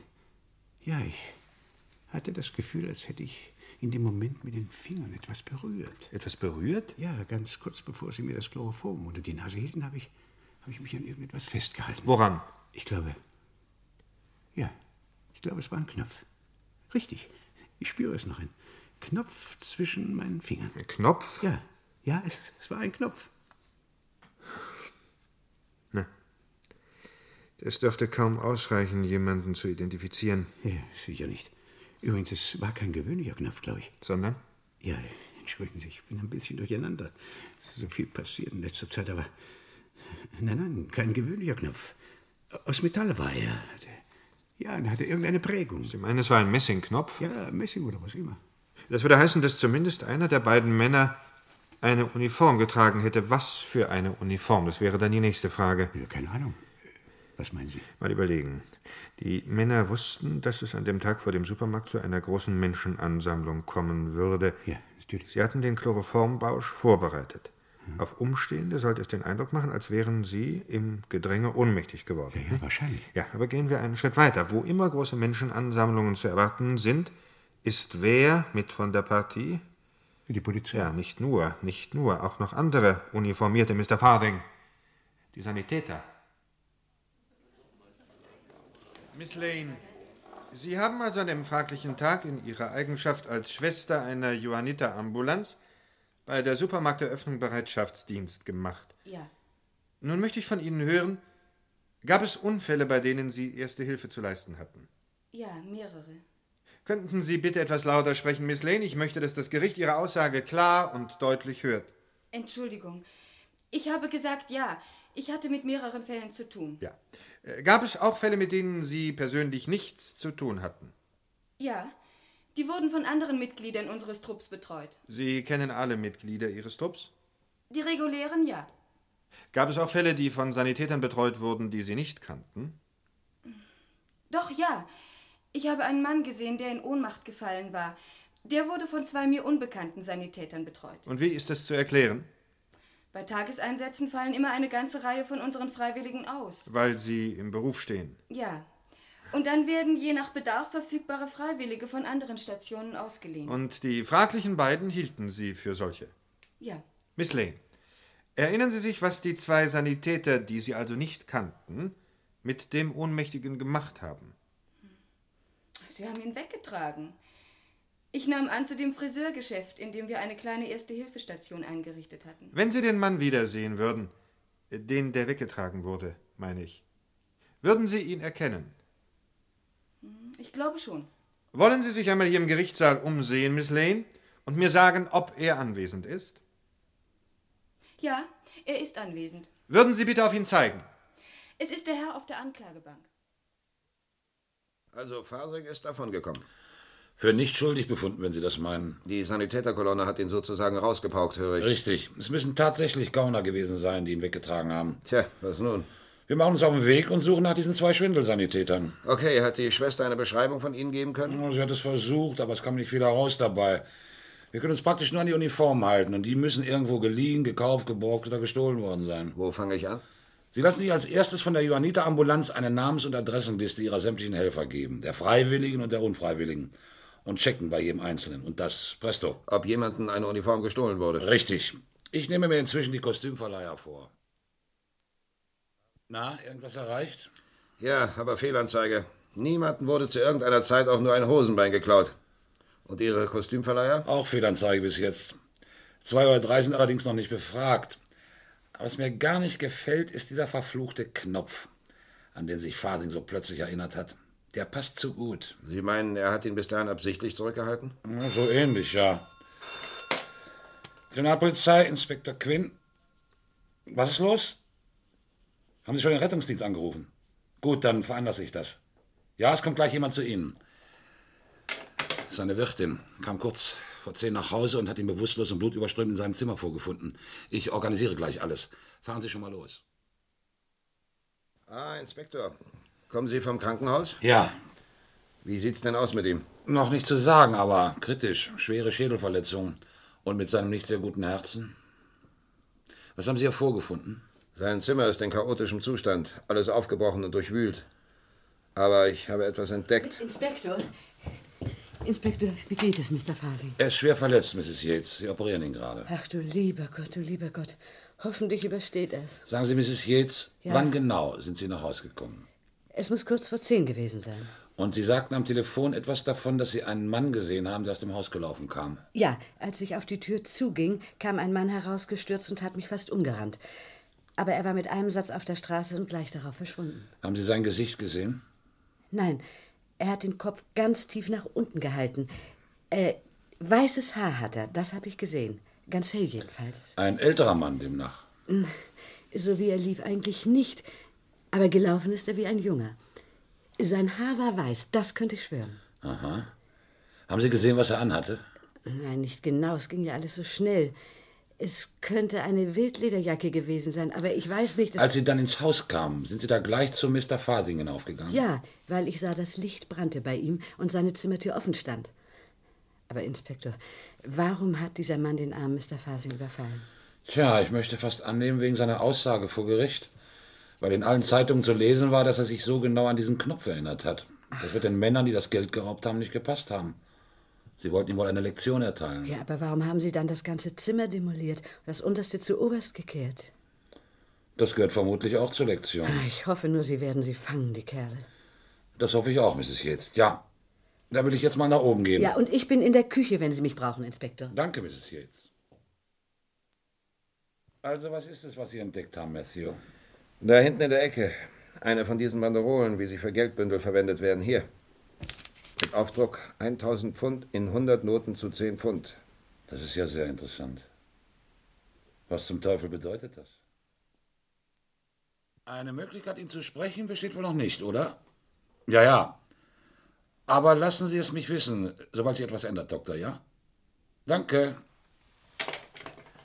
[SPEAKER 6] Ja, ich hatte das Gefühl, als hätte ich in dem Moment mit den Fingern etwas berührt.
[SPEAKER 12] Etwas berührt?
[SPEAKER 6] Ja, ganz kurz bevor sie mir das Chloroform unter die Nase hielten, habe ich, habe ich mich an irgendetwas festgehalten.
[SPEAKER 12] Woran?
[SPEAKER 6] Ich glaube. Ja, ich glaube, es war ein Knopf. Richtig. Ich spüre es noch. Ein Knopf zwischen meinen Fingern. Ein
[SPEAKER 12] Knopf?
[SPEAKER 6] Ja, ja, es, es war ein Knopf.
[SPEAKER 12] Es dürfte kaum ausreichen, jemanden zu identifizieren.
[SPEAKER 6] Ja, sicher nicht. Übrigens, es war kein gewöhnlicher Knopf, glaube ich.
[SPEAKER 12] Sondern?
[SPEAKER 6] Ja, entschuldigen Sie, ich bin ein bisschen durcheinander. Es ist so viel passiert in letzter Zeit, aber. Nein, nein, kein gewöhnlicher Knopf. Aus Metall war er. Hatte- Ja, er hatte irgendeine Prägung.
[SPEAKER 12] Sie meinen, es war ein Messingknopf?
[SPEAKER 6] Ja, Messing oder was immer.
[SPEAKER 12] Das würde heißen, dass zumindest einer der beiden Männer eine Uniform getragen hätte. Was für eine Uniform? Das wäre dann die nächste Frage.
[SPEAKER 6] keine Ahnung. Was meinen Sie?
[SPEAKER 12] Mal überlegen. Die Männer wussten, dass es an dem Tag vor dem Supermarkt zu einer großen Menschenansammlung kommen würde.
[SPEAKER 6] Ja, natürlich. Hm.
[SPEAKER 12] Sie hatten den Chloroformbausch vorbereitet. Auf Umstehende sollte es den Eindruck machen, als wären sie im Gedränge ohnmächtig geworden. Ja,
[SPEAKER 6] wahrscheinlich.
[SPEAKER 12] Ja, aber gehen wir einen Schritt weiter. Wo immer große Menschenansammlungen zu erwarten sind, ist wer mit von der Partie?
[SPEAKER 6] Die Polizei.
[SPEAKER 12] Ja, nicht nur, nicht nur, auch noch andere uniformierte Mr. Farthing. Die Sanitäter. Miss Lane, Sie haben also an dem fraglichen Tag in Ihrer Eigenschaft als Schwester einer Johanniter-Ambulanz bei der Supermarkteröffnung Bereitschaftsdienst gemacht.
[SPEAKER 8] Ja.
[SPEAKER 12] Nun möchte ich von Ihnen hören, gab es Unfälle, bei denen Sie erste Hilfe zu leisten hatten?
[SPEAKER 8] Ja, mehrere.
[SPEAKER 12] Könnten Sie bitte etwas lauter sprechen, Miss Lane? Ich möchte, dass das Gericht Ihre Aussage klar und deutlich hört.
[SPEAKER 13] Entschuldigung. Ich habe gesagt, ja. Ich hatte mit mehreren Fällen zu tun.
[SPEAKER 12] Ja. Äh, Gab es auch Fälle, mit denen Sie persönlich nichts zu tun hatten?
[SPEAKER 13] Ja. Die wurden von anderen Mitgliedern unseres Trupps betreut.
[SPEAKER 12] Sie kennen alle Mitglieder Ihres Trupps?
[SPEAKER 13] Die regulären, ja.
[SPEAKER 12] Gab es auch Fälle, die von Sanitätern betreut wurden, die Sie nicht kannten?
[SPEAKER 13] Doch, ja. Ich habe einen Mann gesehen, der in Ohnmacht gefallen war. Der wurde von zwei mir unbekannten Sanitätern betreut.
[SPEAKER 12] Und wie ist das zu erklären?
[SPEAKER 13] Bei Tageseinsätzen fallen immer eine ganze Reihe von unseren Freiwilligen aus.
[SPEAKER 12] Weil Sie im Beruf stehen.
[SPEAKER 13] Ja. Und dann werden je nach Bedarf verfügbare Freiwillige von anderen Stationen ausgeliehen.
[SPEAKER 12] Und die fraglichen beiden hielten Sie für solche.
[SPEAKER 13] ja.
[SPEAKER 12] Miss Lane, erinnern Sie sich, was die zwei Sanitäter, die Sie also nicht kannten, mit dem Ohnmächtigen gemacht haben?
[SPEAKER 13] Sie haben ihn weggetragen. Ich nahm an zu dem Friseurgeschäft, in dem wir eine kleine Erste-Hilfe-Station eingerichtet hatten.
[SPEAKER 12] Wenn Sie den Mann wiedersehen würden, äh, den, der weggetragen wurde, meine ich, würden Sie ihn erkennen?
[SPEAKER 13] Hm, Ich glaube schon.
[SPEAKER 12] Wollen Sie sich einmal hier im Gerichtssaal umsehen, Miss Lane, und mir sagen, ob er anwesend ist?
[SPEAKER 13] Ja, er ist anwesend.
[SPEAKER 12] Würden Sie bitte auf ihn zeigen?
[SPEAKER 13] Es ist der Herr auf der Anklagebank.
[SPEAKER 9] Also, Fasig ist davon gekommen.
[SPEAKER 7] Für nicht schuldig befunden, wenn Sie das meinen.
[SPEAKER 9] Die Sanitäterkolonne hat ihn sozusagen rausgepaukt, höre ich.
[SPEAKER 7] Richtig. Es müssen tatsächlich Gauner gewesen sein, die ihn weggetragen haben.
[SPEAKER 9] Tja, was nun?
[SPEAKER 7] Wir machen uns auf den Weg und suchen nach diesen zwei Schwindelsanitätern.
[SPEAKER 9] Okay, hat die Schwester eine Beschreibung von Ihnen geben können?
[SPEAKER 7] Sie hat es versucht, aber es kam nicht viel heraus dabei. Wir können uns praktisch nur an die Uniform halten und die müssen irgendwo geliehen, gekauft, geborgt oder gestohlen worden sein.
[SPEAKER 9] Wo fange ich an?
[SPEAKER 7] Sie lassen sich als erstes von der Johanniter-Ambulanz eine Namens- und Adressenliste ihrer sämtlichen Helfer geben, der Freiwilligen und der Unfreiwilligen, und checken bei jedem Einzelnen. Und das, presto.
[SPEAKER 9] Ob jemanden eine Uniform gestohlen wurde?
[SPEAKER 7] Richtig. Ich nehme mir inzwischen die Kostümverleiher vor. Na, irgendwas erreicht?
[SPEAKER 9] Ja, aber Fehlanzeige. Niemanden wurde zu irgendeiner Zeit auch nur ein Hosenbein geklaut. Und Ihre Kostümverleiher?
[SPEAKER 7] Auch Fehlanzeige bis jetzt. Zwei oder drei sind allerdings noch nicht befragt. Aber was mir gar nicht gefällt, ist dieser verfluchte Knopf, an den sich Fasing so plötzlich erinnert hat. Der passt zu gut.
[SPEAKER 9] Sie meinen, er hat ihn bis dahin absichtlich zurückgehalten?
[SPEAKER 7] Ja, so ähnlich, ja. Kriminalpolizei, Inspektor Quinn. Was ist los? Haben Sie schon den Rettungsdienst angerufen? Gut, dann veranlasse ich das. Ja, es kommt gleich jemand zu Ihnen. seine Wirtin, kam kurz vor zehn nach Hause und hat ihn bewusstlos und blutüberströmt in seinem Zimmer vorgefunden. Ich organisiere gleich alles. Fahren Sie schon mal los.
[SPEAKER 9] Ah, Inspektor, kommen Sie vom Krankenhaus?
[SPEAKER 7] Ja.
[SPEAKER 9] Wie sieht's denn aus mit ihm?
[SPEAKER 7] Noch nicht zu sagen, aber kritisch. Schwere Schädelverletzung. Und mit seinem nicht sehr guten Herzen. Was haben Sie hervorgefunden?
[SPEAKER 9] Sein Zimmer ist in chaotischem Zustand, alles aufgebrochen und durchwühlt. Aber ich habe etwas entdeckt.
[SPEAKER 4] Inspektor? Inspektor, wie geht es, Mr. Fasing?
[SPEAKER 7] Er ist schwer verletzt, Mrs. Yates. Sie operieren ihn gerade.
[SPEAKER 4] Ach du lieber Gott, du lieber Gott. Hoffentlich übersteht er es.
[SPEAKER 7] Sagen Sie, Mrs. Yates,
[SPEAKER 4] Ja.
[SPEAKER 7] wann genau sind Sie nach Hause gekommen?
[SPEAKER 4] Es muss kurz vor zehn gewesen sein.
[SPEAKER 7] Und Sie sagten am Telefon etwas davon, dass Sie einen Mann gesehen haben, der aus dem Haus gelaufen kam.
[SPEAKER 4] Ja, als ich auf die Tür zuging, kam ein Mann herausgestürzt und hat mich fast umgerannt. Aber er war mit einem Satz auf der Straße und gleich darauf verschwunden.
[SPEAKER 7] Haben Sie sein Gesicht gesehen?
[SPEAKER 4] Nein, er hat den Kopf ganz tief nach unten gehalten. Äh, weißes Haar hat er, das habe ich gesehen. Ganz hell jedenfalls.
[SPEAKER 7] Ein älterer Mann demnach.
[SPEAKER 4] Hm, So wie er lief eigentlich nicht, aber gelaufen ist er wie ein Junger. Sein Haar war weiß, das könnte ich schwören.
[SPEAKER 7] Aha. Haben Sie gesehen, was er anhatte?
[SPEAKER 4] Nein, nicht genau, es ging ja alles so schnell. Es könnte eine Wildlederjacke gewesen sein, aber ich weiß nicht, es-
[SPEAKER 7] Als Sie dann ins Haus kamen, sind Sie da gleich zu Mr. Fasing hinaufgegangen?
[SPEAKER 4] Ja, weil ich sah, das Licht brannte bei ihm und seine Zimmertür offen stand. Aber Inspektor, warum hat dieser Mann den armen Mr. Fasing überfallen?
[SPEAKER 7] Tja, ich möchte fast annehmen, wegen seiner Aussage vor Gericht. Weil in allen Zeitungen zu lesen war, dass er sich so genau an diesen Knopf erinnert hat. Das wird den Männern, die das Geld geraubt haben, nicht gepasst haben. Sie wollten ihm wohl eine Lektion erteilen.
[SPEAKER 4] Ja, aber warum haben Sie dann das ganze Zimmer demoliert und das unterste zu oberst gekehrt?
[SPEAKER 7] Das gehört vermutlich auch zur Lektion.
[SPEAKER 4] Ah, Ich hoffe nur, Sie werden sie fangen, die Kerle.
[SPEAKER 7] Das hoffe ich auch, Mrs. Yates. Ja, da will ich jetzt mal nach oben gehen.
[SPEAKER 4] Ja, und ich bin in der Küche, wenn Sie mich brauchen, Inspektor.
[SPEAKER 7] Danke, Mrs. Yates. Also, was ist es, was Sie entdeckt haben, Matthew?
[SPEAKER 9] Da hinten in der Ecke. Eine von diesen Banderolen, wie sie für Geldbündel verwendet werden. Hier. Mit Aufdruck 1000 Pfund in 100 Noten zu 10 Pfund.
[SPEAKER 7] Das ist ja sehr interessant. Was zum Teufel bedeutet das? Eine Möglichkeit, ihn zu sprechen, besteht wohl noch nicht, oder? Ja, ja. Aber lassen Sie es mich wissen, sobald sich etwas ändert, Doktor, ja? Danke.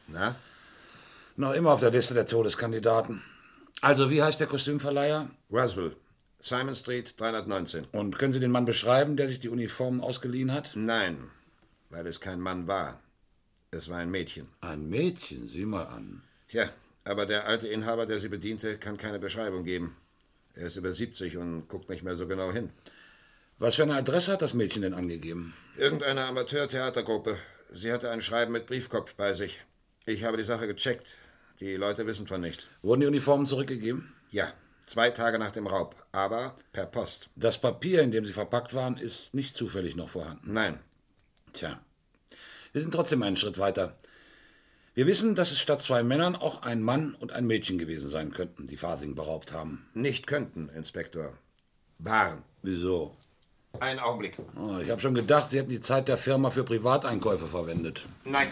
[SPEAKER 9] Na?
[SPEAKER 7] Noch immer auf der Liste der Todeskandidaten. Also, wie heißt der Kostümverleiher?
[SPEAKER 9] Roswell, Simon Street 319.
[SPEAKER 7] Und können Sie den Mann beschreiben, der sich die Uniformen ausgeliehen hat?
[SPEAKER 9] Nein, weil es kein Mann war. Es war ein Mädchen.
[SPEAKER 7] Ein Mädchen? Sieh mal an.
[SPEAKER 9] Ja, aber der alte Inhaber, der sie bediente, kann keine Beschreibung geben. Er ist über 70 und guckt nicht mehr so genau hin.
[SPEAKER 7] Was für eine Adresse hat das Mädchen denn angegeben?
[SPEAKER 9] Irgendeine Amateurtheatergruppe. Sie hatte ein Schreiben mit Briefkopf bei sich. Ich habe die Sache gecheckt. Die Leute wissen von nicht.
[SPEAKER 7] Wurden die Uniformen zurückgegeben?
[SPEAKER 9] Ja, zwei Tage nach dem Raub, aber per Post.
[SPEAKER 7] Das Papier, in dem sie verpackt waren, ist nicht zufällig noch vorhanden.
[SPEAKER 9] Nein.
[SPEAKER 7] Tja. Wir sind trotzdem einen Schritt weiter. Wir wissen, dass es statt zwei Männern auch ein Mann und ein Mädchen gewesen sein könnten, die Fasing beraubt haben.
[SPEAKER 9] Nicht könnten, Inspektor. Waren.
[SPEAKER 7] Wieso?
[SPEAKER 9] Einen Augenblick.
[SPEAKER 7] Oh, ich habe schon gedacht, Sie hätten die Zeit der Firma für Privateinkäufe verwendet.
[SPEAKER 9] Nein.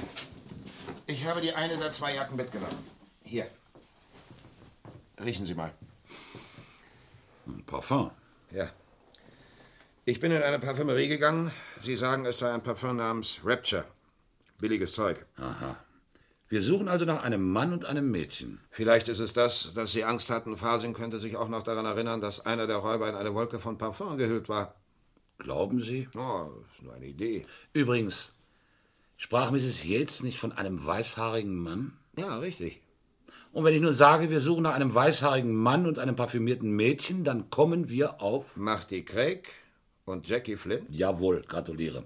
[SPEAKER 9] Ich habe die eine der zwei Jacken mitgenommen. Hier. Riechen Sie mal.
[SPEAKER 7] Ein Parfum.
[SPEAKER 9] Ja. Ich bin in eine Parfümerie gegangen. Sie sagen, es sei ein Parfum namens Rapture. Billiges Zeug.
[SPEAKER 7] Aha. Wir suchen also nach einem Mann und einem Mädchen.
[SPEAKER 9] Vielleicht ist es das, dass Sie Angst hatten. Fasing könnte sich auch noch daran erinnern, dass einer der Räuber in eine Wolke von Parfum gehüllt war.
[SPEAKER 7] Glauben Sie?
[SPEAKER 9] Oh, ist nur eine Idee.
[SPEAKER 7] Übrigens, sprach Mrs. Yates nicht von einem weißhaarigen Mann?
[SPEAKER 9] Ja, richtig.
[SPEAKER 7] Und wenn ich nur sage, wir suchen nach einem weißhaarigen Mann und einem parfümierten Mädchen, dann kommen wir auf.
[SPEAKER 9] Marty Craig und Jackie Flynn?
[SPEAKER 7] Jawohl, gratuliere.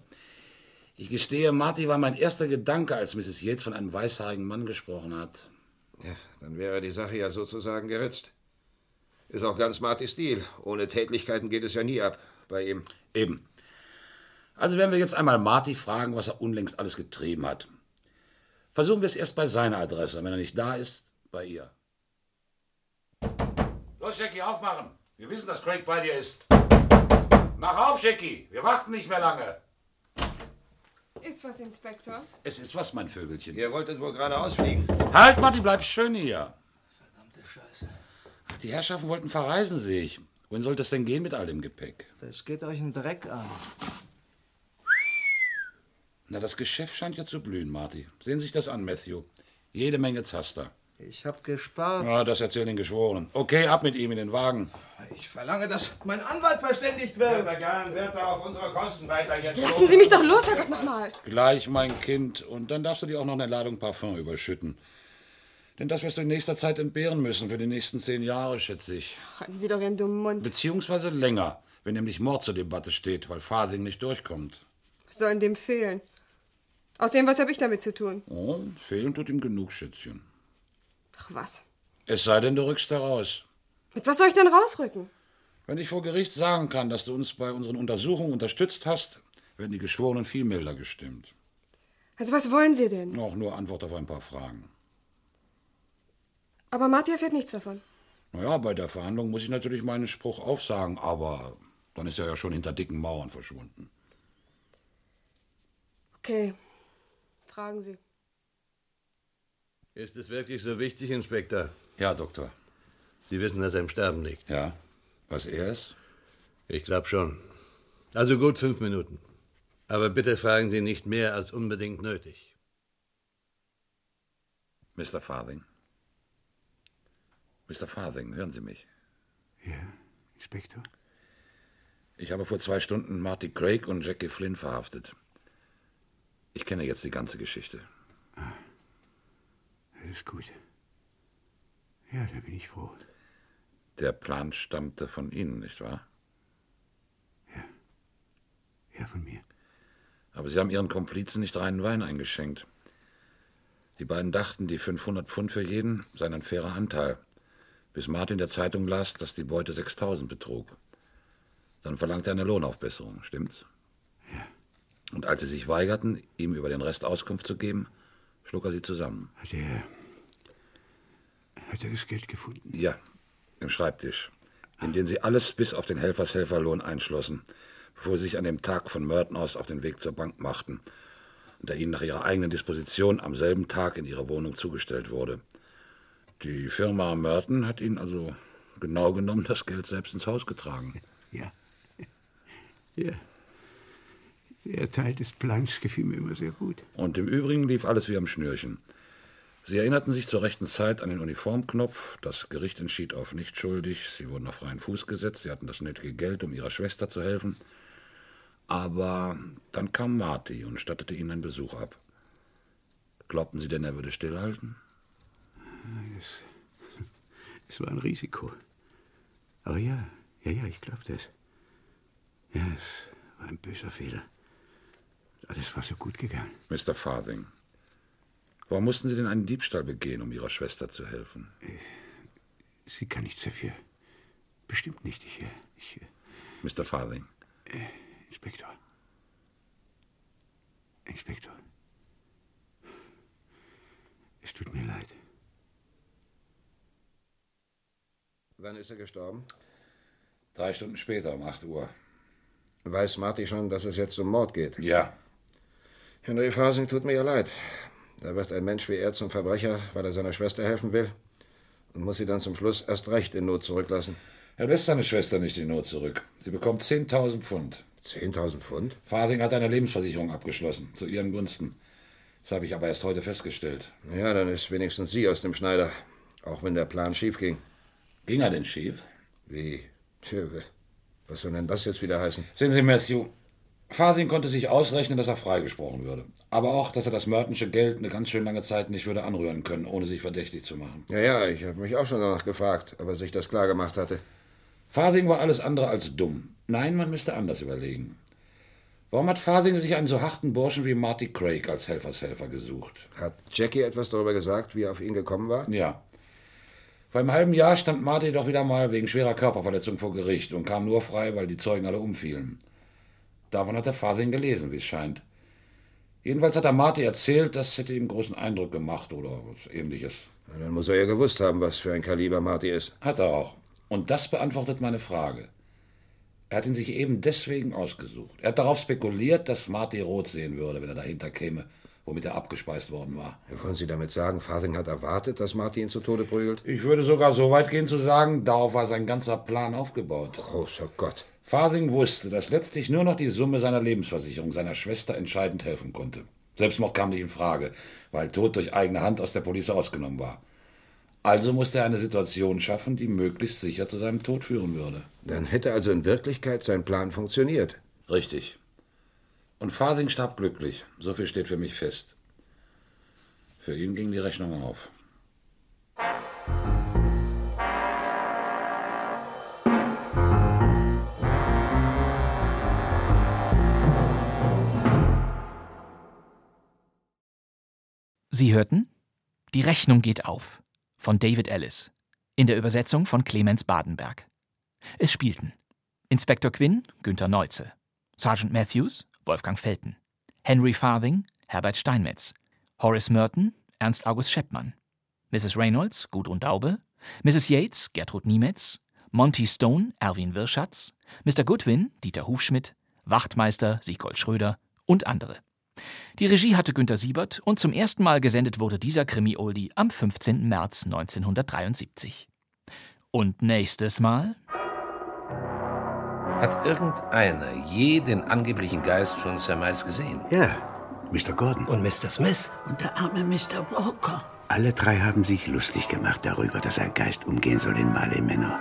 [SPEAKER 7] Ich gestehe, Marty war mein erster Gedanke, als Mrs. Yates von einem weißhaarigen Mann gesprochen hat.
[SPEAKER 9] Ja, dann wäre die Sache ja sozusagen geritzt. Ist auch ganz Marty Stil. Ohne Tätlichkeiten geht es ja nie ab bei ihm.
[SPEAKER 7] Eben. Also werden wir jetzt einmal Marty fragen, was er unlängst alles getrieben hat. Versuchen wir es erst bei seiner Adresse. Wenn er nicht da ist, bei ihr. Los, Jackie, aufmachen. Wir wissen, dass Craig bei dir ist. Mach auf, Jackie. Wir warten nicht mehr lange.
[SPEAKER 14] Ist was, Inspektor?
[SPEAKER 7] Es ist was, mein Vögelchen.
[SPEAKER 9] Ihr wolltet wohl gerade ausfliegen.
[SPEAKER 7] Halt, Marty, bleib schön hier. Verdammte Scheiße. Ach, die Herrschaften wollten verreisen, sehe ich. Wohin sollte es denn gehen mit all dem Gepäck?
[SPEAKER 15] Das geht euch ein Dreck an.
[SPEAKER 7] Na, das Geschäft scheint ja zu blühen, Marty. Sehen Sie sich das an, Matthew. Jede Menge Zaster.
[SPEAKER 15] Ich hab gespart.
[SPEAKER 7] Ah, das erzählen den Geschworenen. Okay, ab mit ihm in den Wagen.
[SPEAKER 15] Ich verlange, dass mein Anwalt verständigt wird.
[SPEAKER 9] Werter Garn, wird da auf unsere Kosten weiter jetzt.
[SPEAKER 14] Lassen Sie mich doch los, Herrgott, nochmal.
[SPEAKER 7] Gleich, mein Kind. Und dann darfst du dir auch noch eine Ladung Parfum überschütten. Denn das wirst du in nächster Zeit entbehren müssen, für die nächsten zehn Jahre, schätze ich.
[SPEAKER 14] Halten Sie doch Ihren dummen Mund.
[SPEAKER 7] Beziehungsweise länger, wenn nämlich Mord zur Debatte steht, weil Fasing nicht durchkommt.
[SPEAKER 14] Was soll denn dem fehlen? Außerdem, was habe ich damit zu tun?
[SPEAKER 7] Oh, fehlen tut ihm genug, Schätzchen.
[SPEAKER 14] Ach was.
[SPEAKER 7] Es sei denn, du rückst heraus.
[SPEAKER 14] Mit was soll ich denn rausrücken?
[SPEAKER 7] Wenn ich vor Gericht sagen kann, dass du uns bei unseren Untersuchungen unterstützt hast, werden die Geschworenen viel milder gestimmt.
[SPEAKER 14] Also was wollen Sie denn?
[SPEAKER 7] Auch nur Antwort auf ein paar Fragen.
[SPEAKER 14] Aber Marty erfährt nichts davon.
[SPEAKER 7] Naja, bei der Verhandlung muss ich natürlich meinen Spruch aufsagen, aber dann ist er ja schon hinter dicken Mauern verschwunden.
[SPEAKER 14] Okay. Fragen Sie.
[SPEAKER 15] Ist es wirklich so wichtig, Inspektor?
[SPEAKER 7] Ja, Doktor.
[SPEAKER 15] Sie wissen, dass er im Sterben liegt.
[SPEAKER 7] Ja. Was er ist?
[SPEAKER 15] Ich glaube schon. Also gut fünf Minuten. Aber bitte fragen Sie nicht mehr als unbedingt nötig.
[SPEAKER 7] Mr. Farthing. Mr. Farthing, hören Sie mich.
[SPEAKER 6] Ja, Inspektor?
[SPEAKER 7] Ich habe vor zwei Stunden Marty Craig und Jackie Flynn verhaftet. Ich kenne jetzt die ganze Geschichte.
[SPEAKER 6] Alles gut. Ja, da bin ich froh.
[SPEAKER 7] Der Plan stammte von Ihnen, nicht wahr?
[SPEAKER 6] Ja, von mir.
[SPEAKER 7] Aber Sie haben Ihren Komplizen nicht reinen Wein eingeschenkt. Die beiden dachten, die 500 Pfund für jeden seien ein fairer Anteil, bis Martin in der Zeitung las, dass die Beute 6000 betrug. Dann verlangte er eine Lohnaufbesserung, stimmt's? Ja. Und als sie sich weigerten, ihm über den Rest Auskunft zu geben, schlug er sie zusammen.
[SPEAKER 6] Hat er. Hat er das Geld gefunden?
[SPEAKER 7] Ja, im Schreibtisch, in den sie alles bis auf den Helfershelferlohn einschlossen, bevor sie sich an dem Tag von Merton aus auf den Weg zur Bank machten und der ihnen nach ihrer eigenen Disposition am selben Tag in ihrer Wohnung zugestellt wurde. Die Firma Merton hat ihnen also genau genommen das Geld selbst ins Haus getragen.
[SPEAKER 6] Ja. Ja. Der Teil des Plans gefiel mir immer sehr gut.
[SPEAKER 7] Und im Übrigen lief alles wie am Schnürchen. Sie erinnerten sich zur rechten Zeit an den Uniformknopf. Das Gericht entschied auf nicht schuldig. Sie wurden auf freien Fuß gesetzt. Sie hatten das nötige Geld, um ihrer Schwester zu helfen. Aber dann kam Marty und stattete ihnen einen Besuch ab. Glaubten Sie denn, er würde stillhalten?
[SPEAKER 6] Es, Ah, es war ein Risiko. Aber ja, ja, ja, ich glaube das. Ja, es war ein böser Fehler. Alles war so gut gegangen.
[SPEAKER 7] Mr. Farthing, warum mussten Sie denn einen Diebstahl begehen, um Ihrer Schwester zu helfen?
[SPEAKER 6] Äh, Sie kann nichts dafür. Bestimmt nicht. Ich, äh, ich,
[SPEAKER 7] Mr. Farthing,
[SPEAKER 6] äh, Inspektor. Inspektor. Es tut mir leid.
[SPEAKER 9] Wann ist er gestorben?
[SPEAKER 7] drei Stunden später, um 8 Uhr.
[SPEAKER 9] Weiß Marty schon, dass es jetzt um Mord geht?
[SPEAKER 7] Ja.
[SPEAKER 9] Henry Fasing tut mir ja leid. Da wird ein Mensch wie er zum Verbrecher, weil er seiner Schwester helfen will und muss sie dann zum Schluss erst recht in Not zurücklassen.
[SPEAKER 7] Er lässt seine Schwester nicht in Not zurück. Sie bekommt 10.000 Pfund.
[SPEAKER 9] 10.000 Pfund?
[SPEAKER 7] Farthing hat eine Lebensversicherung abgeschlossen, zu ihren Gunsten. Das habe ich aber erst heute festgestellt.
[SPEAKER 9] Ja, dann ist wenigstens sie aus dem Schneider. Auch wenn der Plan schief ging.
[SPEAKER 7] Ging er denn schief?
[SPEAKER 9] Wie? Tja, was soll denn das jetzt wieder heißen?
[SPEAKER 7] Sehen Sie, Matthew, Farthing konnte sich ausrechnen, dass er freigesprochen würde. Aber auch, dass er das Mertonsche Geld eine ganz schön lange Zeit nicht würde anrühren können, ohne sich verdächtig zu machen.
[SPEAKER 9] Ja, ja, ich habe mich auch schon danach gefragt, ob er sich das klar gemacht hatte.
[SPEAKER 7] Farthing war alles andere als dumm. Nein, man müsste anders überlegen. Warum hat Farthing sich einen so harten Burschen wie Marty Craig als Helfershelfer gesucht?
[SPEAKER 9] Hat Jackie etwas darüber gesagt, wie er auf ihn gekommen war?
[SPEAKER 7] Ja. Vor einem halben Jahr stand Marty doch wieder mal wegen schwerer Körperverletzung vor Gericht und kam nur frei, weil die Zeugen alle umfielen. Davon hat der Farthing gelesen, wie es scheint. Jedenfalls hat er Marty erzählt, das hätte ihm großen Eindruck gemacht oder was ähnliches.
[SPEAKER 9] Na, dann muss er ja gewusst haben, was für ein Kaliber Marty ist.
[SPEAKER 7] Hat er auch. Und das beantwortet meine Frage. Er hat ihn sich eben deswegen ausgesucht. Er hat darauf spekuliert, dass Marty rot sehen würde, wenn er dahinter käme, womit er abgespeist worden war.
[SPEAKER 9] Wollen Sie damit sagen, Farthing hat erwartet, dass Marty ihn zu Tode prügelt?
[SPEAKER 7] Ich würde sogar so weit gehen zu sagen, darauf war sein ganzer Plan aufgebaut.
[SPEAKER 9] Großer Gott.
[SPEAKER 7] Fasing wusste, dass letztlich nur noch die Summe seiner Lebensversicherung seiner Schwester entscheidend helfen konnte. Selbstmord kam nicht in Frage, weil Tod durch eigene Hand aus der Polizei ausgenommen war. Also musste er eine Situation schaffen, die möglichst sicher zu seinem Tod führen würde.
[SPEAKER 9] Dann hätte also in Wirklichkeit sein Plan funktioniert.
[SPEAKER 7] Richtig. Und Fasing starb glücklich. So viel steht für mich fest. Für ihn ging die Rechnung auf.
[SPEAKER 2] Sie hörten Die Rechnung geht auf von David Ellis in der Übersetzung von Clemens Badenberg. Es spielten Inspektor Quinn Günther Neuze, Sergeant Matthews Wolfgang Felten, Henry Farthing Herbert Steinmetz, Horace Merton Ernst August Scheppmann, Mrs. Reynolds Gudrun Daube, Mrs. Yates Gertrud Niemetz, Monty Stone Erwin Wirschatz, Mr. Goodwin Dieter Hufschmidt, Wachtmeister Siegold Schröder und andere. Die Regie hatte Günter Siebert und zum ersten Mal gesendet wurde dieser Krimi-Oldie am 15. März 1973. Und nächstes Mal
[SPEAKER 16] Hat irgendeiner je den angeblichen Geist von Sir Miles gesehen?
[SPEAKER 6] Ja, Mr. Gordon.
[SPEAKER 16] Und Mr. Smith?
[SPEAKER 17] Und der arme Mr. Walker.
[SPEAKER 6] Alle drei haben sich lustig gemacht darüber, dass ein Geist umgehen soll in Marley Manor.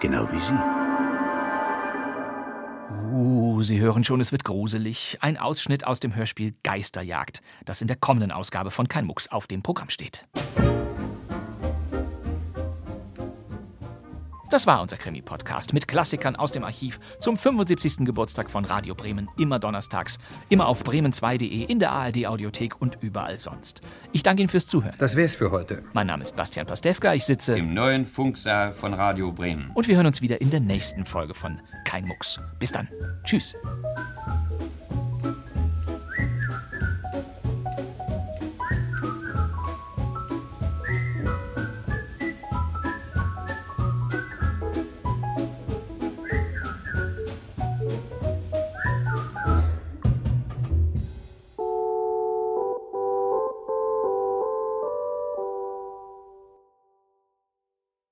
[SPEAKER 6] Genau wie Sie.
[SPEAKER 2] Uh, Sie hören schon, es wird gruselig. Ein Ausschnitt aus dem Hörspiel Geisterjagd, das in der kommenden Ausgabe von Kein Mucks auf dem Programm steht. Das war unser Krimi-Podcast mit Klassikern aus dem Archiv zum 75. Geburtstag von Radio Bremen, immer donnerstags, immer auf bremen2.de, in der ARD-Audiothek und überall sonst. Ich danke Ihnen fürs Zuhören.
[SPEAKER 18] Das wär's für heute.
[SPEAKER 2] Mein Name ist Bastian Pastewka, ich sitze
[SPEAKER 16] im neuen Funksaal von Radio Bremen.
[SPEAKER 2] und wir hören uns wieder in der nächsten Folge von Kein Mucks. Bis dann. Tschüss.